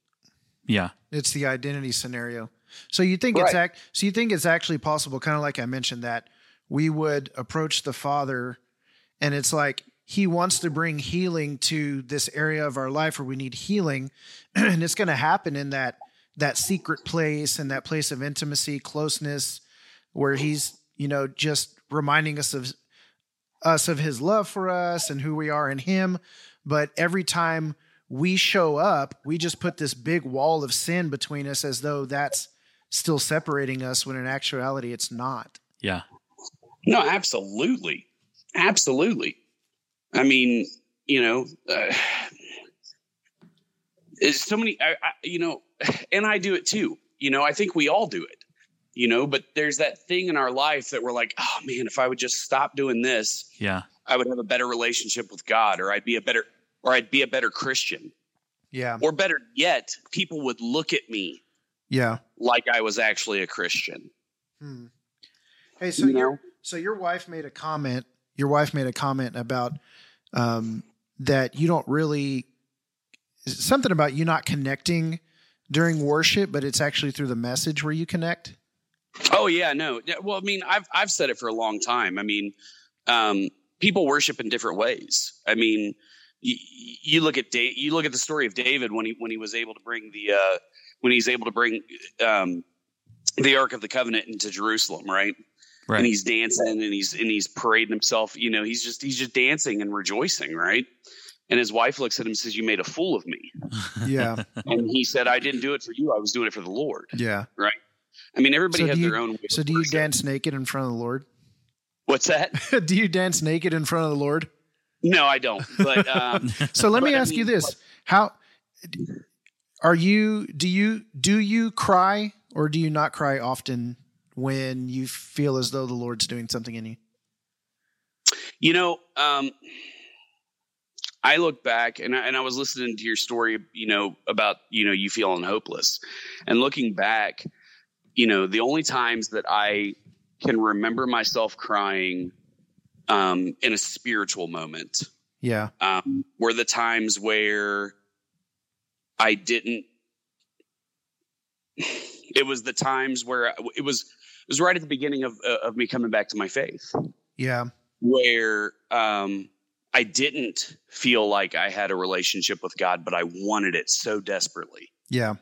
A: Yeah.
B: It's the identity scenario. So you think it's act so you think it's actually possible, kind of like I mentioned that we would approach the father and it's like he wants to bring healing to this area of our life where we need healing and it's going to happen in that that secret place and that place of intimacy, closeness where he's, you know, just reminding us of us of his love for us and who we are in him, but every time we show up, we just put this big wall of sin between us as though that's still separating us when in actuality it's not.
A: Yeah.
D: No, absolutely. Absolutely. I mean, you know, uh, it's so many, I, I, you know, and I do it too. You know, I think we all do it, you know, but there's that thing in our life that we're like, oh man, if I would just stop doing this,
A: Yeah.
D: I would have a better relationship with God or I'd be a better, or I'd be a better Christian.
B: Yeah.
D: Or better yet, people would look at me
B: Yeah.
D: like I was actually a Christian.
B: Hmm. Hey, so
D: You know?
B: your so your wife made a comment. Your wife made a comment about um, that you don't really something about you not connecting during worship, but it's actually through the message where you connect.
D: Oh yeah, no. Yeah, Well, I mean, I've I've said it for a long time. I mean, um, people worship in different ways. I mean, you, you look at da- you look at the story of David when he when he was able to bring the uh, when he's able to bring um, the Ark of the Covenant into Jerusalem, right?
A: Right.
D: And he's dancing and he's and he's parading himself. You know, he's just he's just dancing and rejoicing, right? And his wife looks at him and says, "You made a fool of me."
B: Yeah.
D: And he said, "I didn't do it for you. I was doing it for the Lord."
B: yeah.
D: I mean, everybody
B: So
D: has
B: do you-
D: their own. Way
B: So
D: of
B: do you
D: worship.
B: dance naked in front of the Lord?
D: What's that?
B: do you dance naked in front of the Lord?
D: No, I don't. But um,
B: So let me
D: But I
B: ask you
D: mean,
B: this: How are you? Do you do you cry or do you not cry often when you feel as though the Lord's doing something in you?
D: you know, um, I look back and I, and I was listening to your story, you know, about you know you feeling hopeless, and looking back, you know, the only times that I can remember myself crying um, in a spiritual moment
B: Yeah,
D: um, were the times where I didn't. It was the times where it was. It was right at the beginning of uh, of me coming back to my faith.
B: yeah,
D: where um, I didn't feel like I had a relationship with God, but I wanted it so desperately.
B: yeah,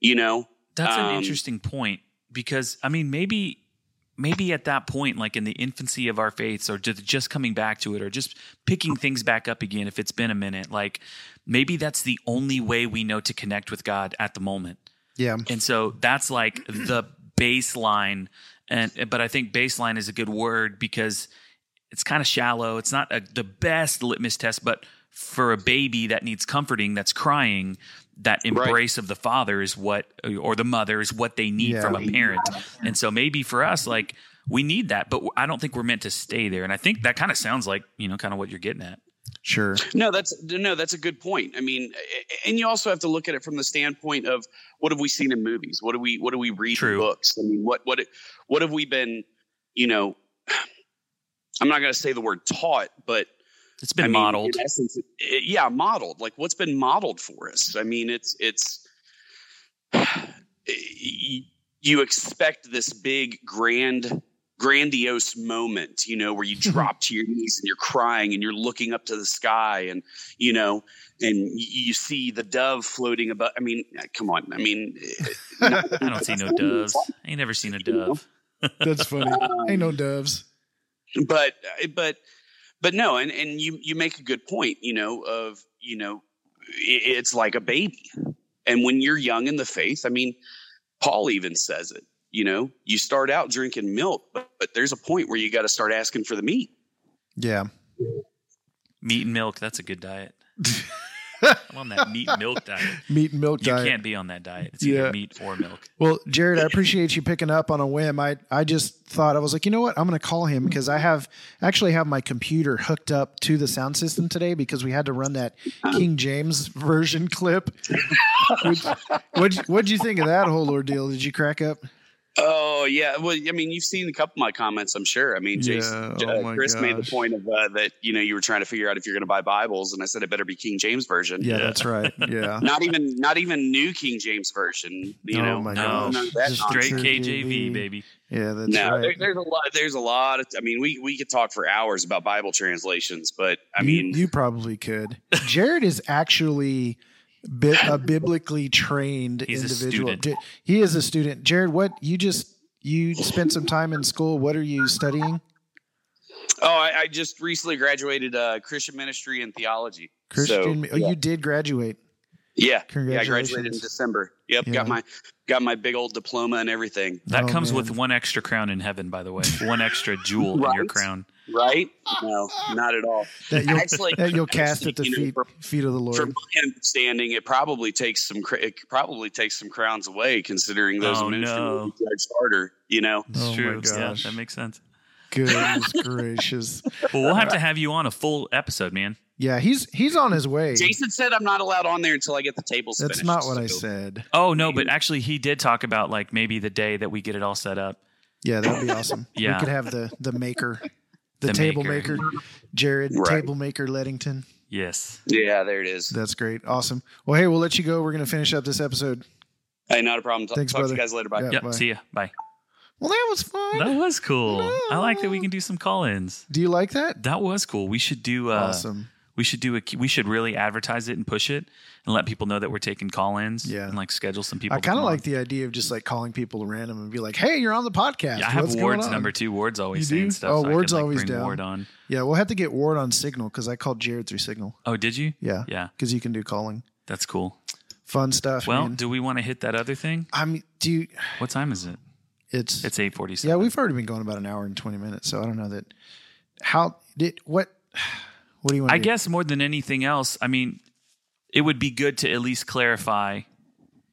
D: You know,
A: That's an
D: Um,
A: interesting point because I mean maybe maybe at that point like in the infancy of our faiths or just, just coming back to it or just picking things back up again if it's been a minute like maybe that's the only way we know to connect with God at the moment.
B: yeah,
A: And so that's like the baseline and but I think baseline is a good word because it's kind of shallow. It's not a, the best litmus test, but for a baby that needs comforting, that's crying, that embrace of the father is what, or the mother is what they need
B: Yeah.
A: from a parent. And so maybe for us, like we need that, but I don't think we're meant to stay there. And I think that kind of sounds like, you know, kind of what you're getting at.
B: sure,
D: no, that's no, that's a good point. I mean, a- and you also have to look at it from the standpoint of what have we seen in movies? What do we what do we read
A: True.
D: in books? I mean, what what what have we been? You know, I'm not going to say the word taught, but
A: It's been
D: I mean,
A: modeled.
D: in essence, it- it- yeah, modeled. Like what's been modeled for us. I mean, it's it's y- you expect this big grand grandiose moment you know where you drop to your knees and you're crying and you're looking up to the sky and you know and y- you see the dove floating above i mean come on i mean
A: I don't see no doves. I ain't never seen a dove.
B: that's funny. Ain't no doves.
D: but uh, but but no and and you you make a good point you know of you know i- it's like a baby and when you're young in the faith i mean paul even says it you know you start out drinking milk but, but there's a point where you got to start asking for the meat
B: Yeah,
A: Meat and milk, that's a good diet. I'm on that meat and milk diet.
B: meat and milk
A: You
B: diet.
A: can't be on that diet. It's either
B: Yeah.
A: meat or milk.
B: Well, Jared, I appreciate you picking up on a whim. I I just thought I was like, you know what? I'm going to call him because I have actually have my computer hooked up to the sound system today because we had to run that King James version clip. what what'd you think of that whole ordeal? Did you crack up?
D: Oh yeah, well, I mean, you've seen a couple of my comments, I'm sure. I mean, Jason,
B: Yeah, oh
D: uh,
B: my
D: Chris made the
B: gosh.
D: point of uh, that you know you were trying to figure out if you're going to buy Bibles, and I said it better be King James version.
B: Yeah, that's right. Yeah.
D: Not even, not even new King James version. You
B: Oh
D: know,
B: my
A: no,
B: gosh.
D: none of that
B: Just
D: nonsense.
A: Straight
B: True
A: KJV,
B: JV.
A: baby.
B: Yeah, that's
D: no, there,
B: right.
D: there's a lot. There's a lot. Of, I mean, we we could talk for hours about Bible translations, but I
B: You-
D: mean,
B: you, probably could. Jared is actually bi- a biblically trained
A: He's a
B: individual.
A: student.
B: Di- He is a student. Jared, what you just you spent some time in school. What are you studying?
D: oh, I, I just recently graduated uh, Christian ministry and theology. So,
B: Christian. oh,
D: yeah.
B: you did graduate.
D: yeah. Yeah, I
B: Congratulations.
D: graduated in December. Yep,
B: Yeah.
D: got my got my big old diploma and everything.
A: That
B: Oh,
A: comes
B: man.
A: with one extra crown in heaven, by the way. One extra jewel in your
D: Right.
A: crown.
D: Right? No, not at all.
B: that you'll,
D: Actually,
B: that you'll cast at the
D: you know,
B: feet
D: for-
B: feet of the Lord.
D: From my understanding, it probably takes some cra- it probably takes some crowns away, considering those
A: Oh,
D: in ministry
A: no.
D: will be judged harder. You know,
A: It's
B: Oh my
A: true. Yeah,
B: gosh.
A: that makes sense.
B: Goodness gracious.
A: Well, we'll have to have you on a full episode, man.
B: Yeah, he's he's on his way.
D: Jason said I'm not allowed on there until I get the tables.
B: that's
D: finished,
B: not what I
D: so-
B: said.
A: Oh no, but actually, he did talk about like maybe the day that we get it all set up.
B: Yeah, that'd be awesome.
A: Yeah.
B: We could have the the maker, the,
A: The
B: table
A: maker.
B: maker, Jared,
D: Right.
B: table maker Lettington.
A: Yes.
D: Yeah, there it is.
B: That's great. Awesome. Well, hey, we'll let you go. We're going to finish up this episode.
D: Hey, not a problem. Talk,
B: Thanks,
D: talk to you
B: brother.
D: guys later. Bye.
B: Yeah.
A: Yep.
B: bye.
A: See ya. Bye.
B: Well, that was fun.
A: That was cool. I like that we can do some call-ins.
B: Do you like that?
A: That was cool. We should do. Uh,
B: awesome.
A: We should do a. We should really advertise it and push it and let people know that we're taking call-ins.
B: Yeah.
A: And like schedule some people.
B: I
A: to
B: kind of
A: come
B: like
A: on.
B: the idea of just like calling people random and be like, "Hey, you're on the podcast.
A: Yeah, I have
B: What's going
A: Ward's
B: on?"
A: number two. Ward's always
B: You
A: saying
B: do?
A: stuff.
B: Oh,
A: so I could,
B: Ward's
A: like,
B: always
A: bring
B: down.
A: Ward on.
B: Yeah, we'll have to get Ward on Signal because I called Jared through Signal.
A: Oh, did you?
B: Yeah,
A: Yeah.
B: because you can do calling.
A: That's cool.
B: Fun stuff.
A: Well,
B: man.
A: do we want to hit that other thing?
B: I'm dude.
A: What time is it?
B: It's
A: It's eight forty-seven.
B: yeah, we've already been going about an hour and twenty minutes, so I don't know that. How did what? What do you want?
A: I
B: do?
A: guess more than anything else, I mean, it would be good to at least clarify.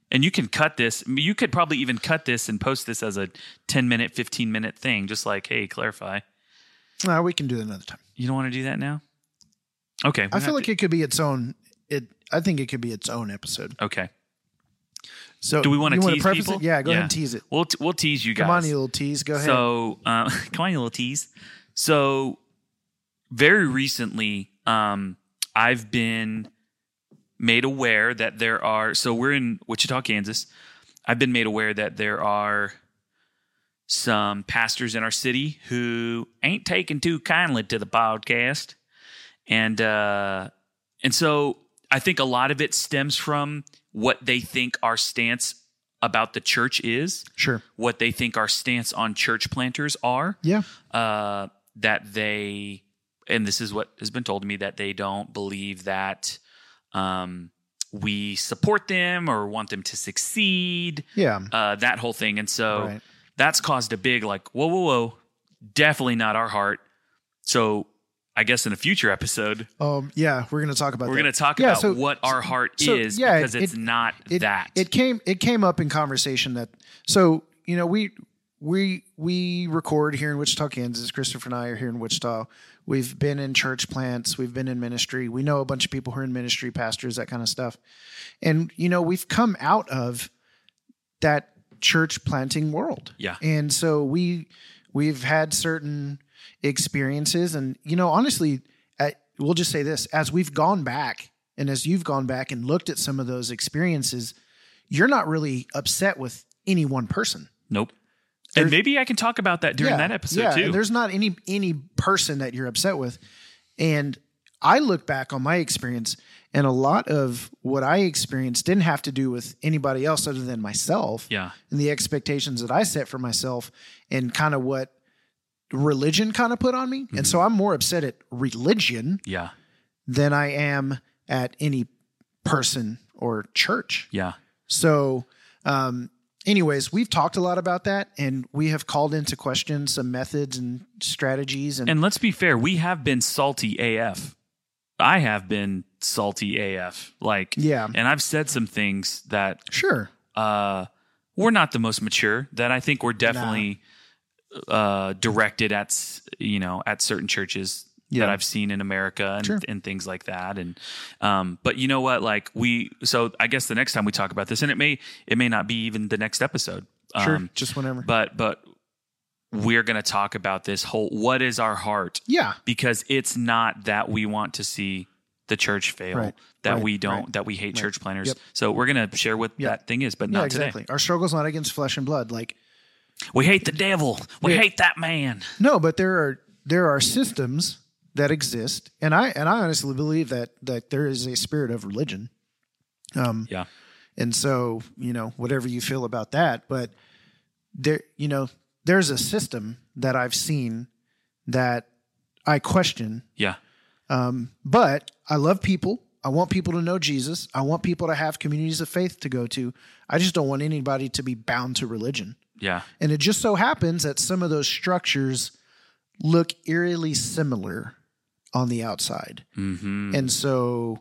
A: And you can cut this. I mean, You could probably even cut this and post this as a 10 minute, 15 minute thing, just like, hey, clarify.
B: Nah, we can do that another time.
A: You don't want to do that now? Okay.
B: I feel like it could be its own. It. I think it could be its own episode.
A: Okay.
B: So
A: Do we wanna
B: you wanna
A: tease
B: preface
A: people?
B: It? Yeah, go
A: Yeah.
B: ahead and tease it.
A: We'll, t- we'll tease you guys.
B: Come on, you little tease. Go ahead.
A: So, uh, come on, you little tease. So, very recently, um, I've been made aware that there are. So we're in Wichita, Kansas. I've been made aware that there are some pastors in our city who ain't taking too kindly to the podcast, and uh, and so I think a lot of it stems from what they think our stance about the church is
B: sure.
A: what they think our stance on church planters are.
B: Yeah.
A: Uh, that they, and this is what has been told to me, that they don't believe that um, we support them or want them to succeed,
B: Yeah.
A: uh, that whole thing. And so
B: Right.
A: that's caused a big, like, whoa, whoa, whoa, definitely not our heart. So I guess in a future episode,
B: Um. Yeah, we're gonna talk about.
A: we're
B: that.
A: going to talk
B: Yeah,
A: about
B: so-
A: what our heart
B: so,
A: is
B: yeah,
A: because
B: it-
A: it's not
B: it,
A: that.
B: It came it came up in conversation that so you know we we we record here in Wichita, Kansas. Christopher and I are here in Wichita. We've been in church plants. We've been in ministry. We know a bunch of people who are in ministry, pastors, that kind of stuff. And you know we've come out of that church planting world.
A: Yeah.
B: And so we we've had certain experiences, and you know honestly, at, we'll just say this: as we've gone back and as you've gone back and looked at some of those experiences, you're not really upset with any one person.
A: nope.
B: There's-
A: And maybe I can talk about that during
B: Yeah,
A: that episode
B: yeah,
A: too.
B: and there's not any any person that you're upset with. And I look back on my experience, and a lot of what I experienced didn't have to do with anybody else other than myself
A: yeah.
B: and the expectations that I set for myself and kind of what religion kind of put on me. And
A: Mm-hmm.
B: so I'm more upset at religion
A: Yeah.
B: than I am at any person or church.
A: Yeah.
B: So, um, anyways, we've talked a lot about that, and we have called into question some methods and strategies. And,
A: And let's be fair, we have been salty AF. I have been salty AF. Like,
B: Yeah.
A: And I've said some things that
B: Sure.
A: uh, we're not the most mature. That I think we're definitely uh, directed at s- you know at certain churches that
B: Yeah.
A: I've seen in America and,
B: Sure.
A: and things like that. And um, but you know what? Like we, so I guess the next time we talk about this, and it may it may not be even the next episode.
B: Sure. Just whenever.
A: Um, but but we're going to talk about this whole what is our heart
B: yeah.
A: because it's not that we want to see the church fail
B: Right,
A: that
B: right,
A: we don't
B: right,
A: that we hate church planners
B: Yep.
A: so we're going to share what
B: Yep.
A: that thing is but
B: Yeah,
A: not
B: exactly.
A: today
B: Our struggle's not against flesh and blood. Like
A: we hate the devil we
B: Yeah.
A: hate that man
B: No, but there are there are systems that exist, and I and I honestly believe that that there is a spirit of religion. Um,
A: Yeah.
B: And so you know whatever you feel about that, but there you know there's a system that I've seen that I question,
A: yeah
B: um, but I love people. I want people to know Jesus. I want people to have communities of faith to go to. I just don't want anybody to be bound to religion.
A: yeah
B: And it just so happens that some of those structures look eerily similar on the outside.
A: hmm
B: And so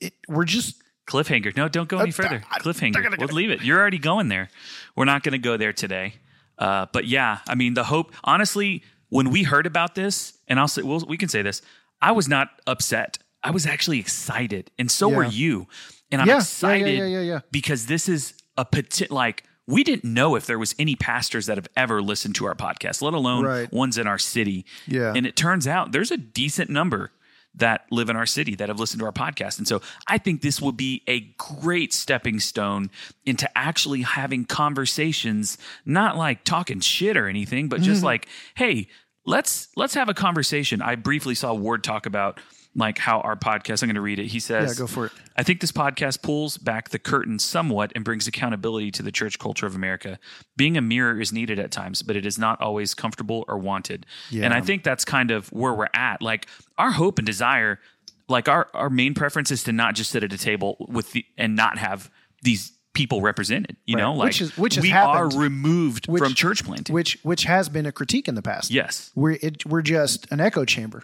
B: it, we're just,
A: cliffhanger no don't go any further cliffhanger we'll leave it you're already going there we're not going to go there today uh, but yeah i mean the hope honestly when we heard about this and i'll say we'll, we can say this i was not upset i was actually excited and so were
B: Yeah.
A: you and i'm
B: Yeah, yeah, yeah,
A: excited
B: yeah, yeah, yeah.
A: because this is a peti- like we didn't know if there was any pastors that have ever listened to our podcast let alone
B: Right.
A: ones in our city
B: Yeah.
A: and it turns out there's a decent number that live in our city that have listened to our podcast and so i think this will be a great stepping stone into actually having conversations not like talking shit or anything but just like hey let's let's have a conversation i briefly saw ward talk about like how our podcast i'm going to read it he says
B: yeah, go for it.
A: I think this podcast pulls back the curtain somewhat and brings accountability to the church culture of America. Being a mirror is needed at times, but it is not always comfortable or wanted.
B: Yeah.
A: And I think that's kind of where we're at. Like our hope and desire, like our our main preference is to not just sit at a table with the and not have these people represented. You
B: Right.
A: know, like
B: Which is- which has
A: we
B: happened.
A: are removed
B: Which-
A: from church planting.
B: Which which has been a critique in the past.
A: yes.
B: We're it, we're just an echo chamber.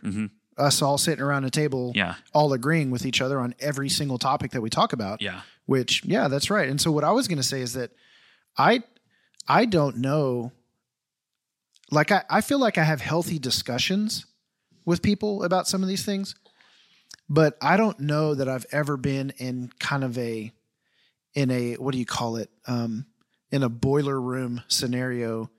B: Us all sitting around a table,
A: Yeah.
B: all agreeing with each other on every single topic that we talk about.
A: Yeah.
B: Which, yeah, that's right. And so what I was going to say is that I I don't know like I, I feel like I have healthy discussions with people about some of these things, but I don't know that I've ever been in kind of a in a what do you call it? Um in a boiler room scenario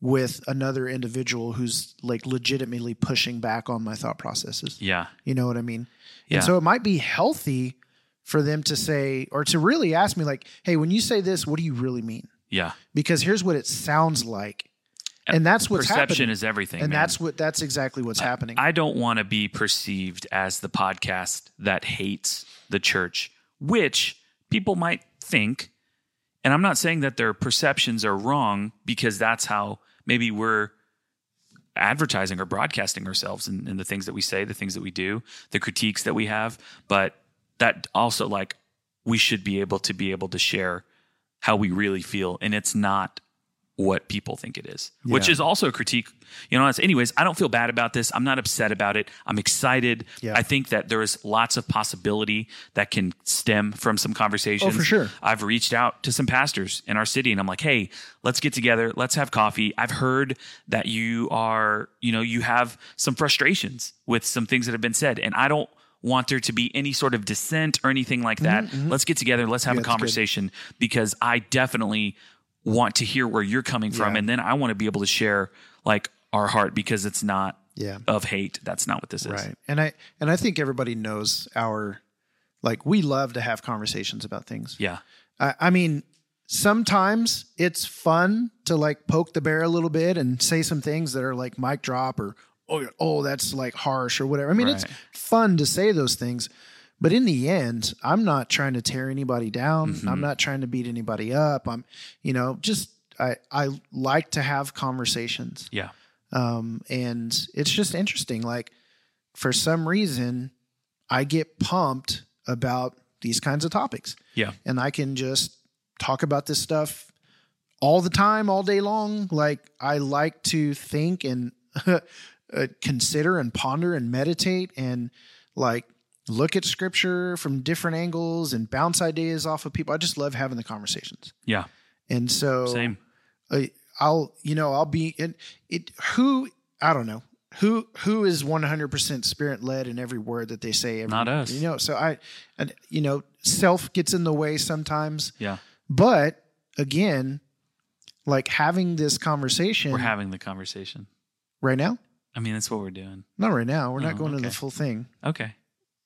B: with another individual who's like legitimately pushing back on my thought processes.
A: Yeah.
B: You know what I mean?
A: Yeah.
B: And so it might be healthy for them to say or to really ask me like, "Hey, when you say this, what do you really mean?"
A: Yeah.
B: Because here's what it sounds like. And that's what's
A: Perception
B: happening.
A: is everything.
B: and
A: man.
B: that's what that's exactly what's happening.
A: I don't want to be perceived as the podcast that hates the church, which people might think. And I'm not saying that their perceptions are wrong because that's how maybe we're advertising or broadcasting ourselves and, and the things that we say, the things that we do, the critiques that we have. But that also, like, we should be able to be able to share how we really feel. And it's not what people think it is, which
B: Yeah.
A: is also a critique. You know, it's- anyways, I don't feel bad about this. I'm not upset about it. I'm excited.
B: Yeah.
A: I think that there is lots of possibility that can stem from some conversations.
B: Oh, for sure.
A: I've reached out to some pastors in our city and I'm like, hey, let's get together. Let's have coffee. I've heard that you are, you know, you have some frustrations with some things that have been said. And I don't want there to be any sort of dissent or anything like that. Let's get together. Let's have
B: Mm-hmm, Yeah,
A: a
B: that's good.
A: conversation because I definitely want to hear where you're coming from.
B: Yeah.
A: And then I want to be able to share like our heart because it's not
B: yeah.
A: of hate. That's not what this is.
B: Right. And I and I think everybody knows our like we love to have conversations about things.
A: Yeah.
B: I, I mean, sometimes it's fun to like poke the bear a little bit and say some things that are like mic drop or oh, yeah, oh that's like harsh or whatever. I mean, it's
A: Right.
B: fun to say those things, but in the end, I'm not trying to tear anybody down. I'm not trying to beat anybody up. I'm, you know, just I I like to have conversations
A: Yeah.
B: um, and it's just interesting. Like for some reason, I get pumped about these kinds of topics.
A: Yeah.
B: and I can just talk about this stuff all the time, all day long. Like I like to think and uh, consider and ponder and meditate and like look at scripture from different angles and bounce ideas off of people. I just love having the conversations.
A: Yeah.
B: And so
A: Same.
B: I, I'll you know I'll be in it. Who I don't know who who is one hundred percent spirit led in every word that they say. Every,
A: Not us.
B: You know. So I, and you know, self gets in the way sometimes.
A: Yeah.
B: But again, like having this conversation
A: We're having the conversation.
B: right now.
A: I mean, that's what we're doing.
B: Not right now. We're not
A: Oh,
B: going to the
A: okay.
B: full thing.
A: Okay.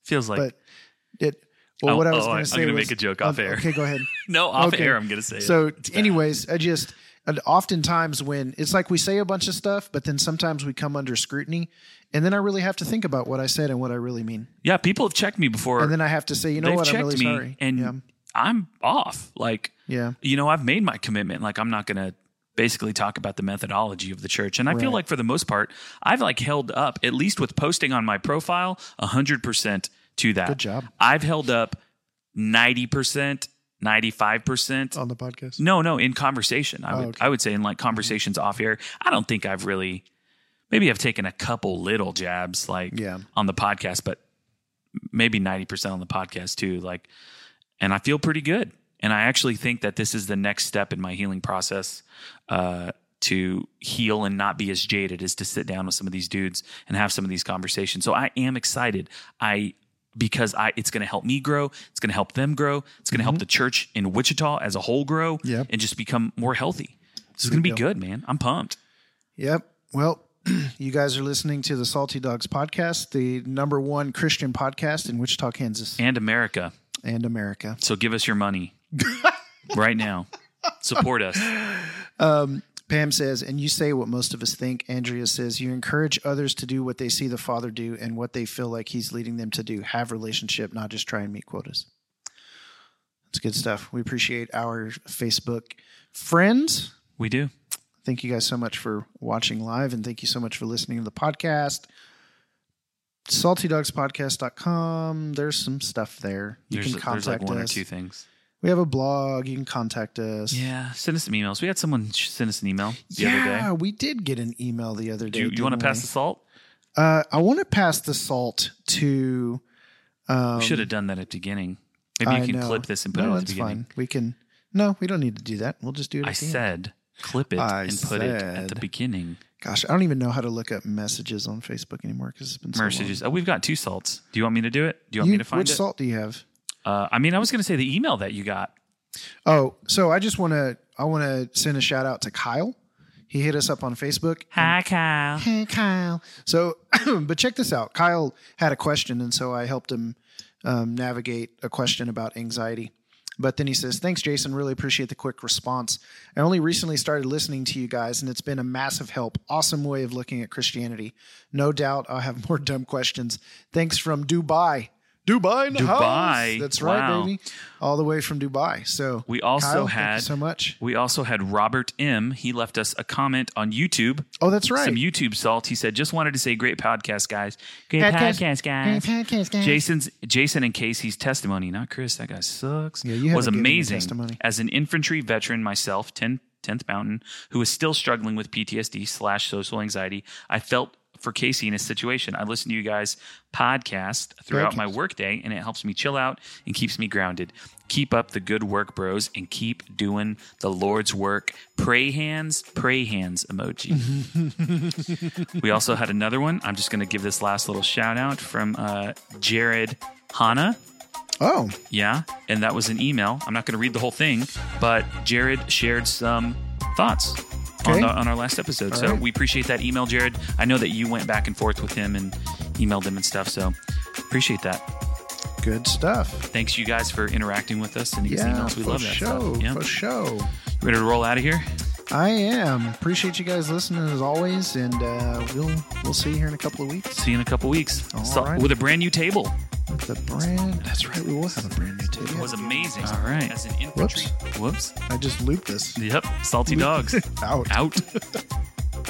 A: Feels like.
B: but it. Well,
A: Oh,
B: what I was
A: oh,
B: going
A: I'm
B: to say
A: gonna
B: was-
A: make a joke
B: oh,
A: off air.
B: Okay, go ahead.
A: no, off
B: okay.
A: air, I'm going to say
B: So,
A: it. It's bad.
B: anyways, I just and oftentimes when it's like we say a bunch of stuff, but then sometimes we come under scrutiny, and then I really have to think about what I said and what I really mean,
A: Yeah, people have checked me before.
B: and then I have to say, you know
A: They've
B: what, I'm
A: checked
B: really
A: me
B: sorry,
A: and
B: yeah,
A: I'm off. Like,
B: yeah,
A: you know, I've made my commitment. Like, I'm not going to basically talk about the methodology of the church. And I feel
B: Right.
A: like for the most part, I've like held up, at least with posting on my profile, 100% to that.
B: good job
A: I've held up 90%, 95%.
B: on the podcast.
A: No, no, in conversation. I
B: Oh,
A: would
B: okay.
A: I would say in like conversations off air. I don't think I've really maybe I've taken a couple little jabs like
B: Yeah,
A: on the podcast, but maybe 90% on the podcast too. Like, and I feel pretty good. And I actually think that this is the next step in my healing process uh, to heal and not be as jaded is to sit down with some of these dudes and have some of these conversations. So I am excited. I, because I, it's going to help me grow. It's going to help them grow. It's going to help the church in Wichita as a whole grow
B: Mm-hmm. Yep.
A: and just become more healthy. This is going to be
B: deal.
A: good, man. I'm pumped.
B: yep. Well, you guys are listening to the Salty Dogs podcast, the number one Christian podcast in Wichita, Kansas,
A: And America.
B: and America.
A: So give us your money right now. Support us.
B: Um, Pam says, and you say what most of us think. Andrea says, you encourage others to do what they see the father do and what they feel like he's leading them to do. Have relationship, not just try and meet quotas. That's good stuff. We appreciate our Facebook friends.
A: We do.
B: Thank you guys so much for watching live and thank you so much for listening to the podcast. SaltyDogsPodcast.com. There's some stuff there. You
A: there's,
B: can
A: there's
B: contact
A: like one
B: us.
A: or two things.
B: We have a blog. You can contact us.
A: Yeah, send us some emails. We had someone sh- send us an email the
B: yeah,
A: other day.
B: we did get an email the other
A: Do
B: day.
A: you, you want to
B: didn't
A: pass
B: we?
A: the salt?
B: Uh, I want to pass the salt to. Um,
A: we should have done that at the beginning. Maybe
B: I
A: you can
B: know.
A: clip this and put
B: No,
A: it at
B: that's
A: the beginning.
B: fine. We can. No, we don't need to do that. We'll just do it.
A: I
B: at the end.
A: said clip it
B: I
A: and put it at the
B: said-
A: beginning.
B: Gosh, I don't even know how to look up messages on Facebook anymore because it's been so
A: Messages.
B: Long.
A: Oh, we've got two salts. Do you want me to do it? Do you want me to find
B: which
A: it?
B: salt do you have?
A: Uh, I mean, I was going to say the email that you got.
B: Oh, so I just want to. I want to send a shout out to Kyle. He hit us up on Facebook.
A: Hi, Kyle.
B: Hey, Kyle. So, but check this out. Kyle had a question, and so I helped him um, navigate a question about anxiety. But then he says, Thanks, Jason. Really appreciate the quick response. I only recently started listening to you guys, and it's been a massive help. Awesome way of looking at Christianity. No doubt I'll have more dumb questions. Thanks from Dubai. Dubai, in the
A: Dubai.
B: house. That's right,
A: Wow.
B: baby. All the way from Dubai. So,
A: We also
B: Kyle, thank you
A: had
B: so much.
A: we also had Robert M. He left us a comment on YouTube.
B: Oh, that's right.
A: Some YouTube salt. He said, "Just wanted to say, great podcast, guys. Great
B: Podcast.
A: podcast, guys.
B: Great podcast, guys.
A: Jason's Jason and Casey's testimony, not Chris. That guy sucks.
B: Yeah, you haven't
A: was
B: given me
A: amazing.
B: testimony.
A: As an infantry veteran myself, 10, 10th Mountain, who is still struggling with PTSD slash social anxiety, I felt for Casey in his situation. I listen to you guys podcast throughout my workday, and it helps me chill out and keeps me grounded. Keep up the good work, bros, and keep doing the Lord's work. Pray hands, pray hands emoji. We also had another one. I'm just going to give this last little shout out from uh, Jared Hanna.
B: Oh,
A: Yeah. And that was an email. I'm not going to read the whole thing, but Jared shared some thoughts on,
B: Okay.
A: the, on our last episode. so
B: right.
A: we appreciate that email, Jared. I know that you went back and forth with him and emailed him and stuff. So appreciate that.
B: good stuff.
A: Thanks, you guys, for interacting with us and these
B: Yeah,
A: emails. We
B: for
A: love that
B: show.
A: stuff. Yeah.
B: For show.
A: Ready to roll out of here?
B: I am. Appreciate you guys listening as always, and uh, we'll we'll see you here in a couple of weeks
A: See you in a couple weeks.
B: All
A: So-
B: right.
A: With a brand new table.
B: with the brand. That's right, we will have a brand new
A: It
B: table.
A: was amazing. All right. As an infantry. Whoops.
B: I just looped this
A: Yep. Salty dogs.
B: out.
A: out.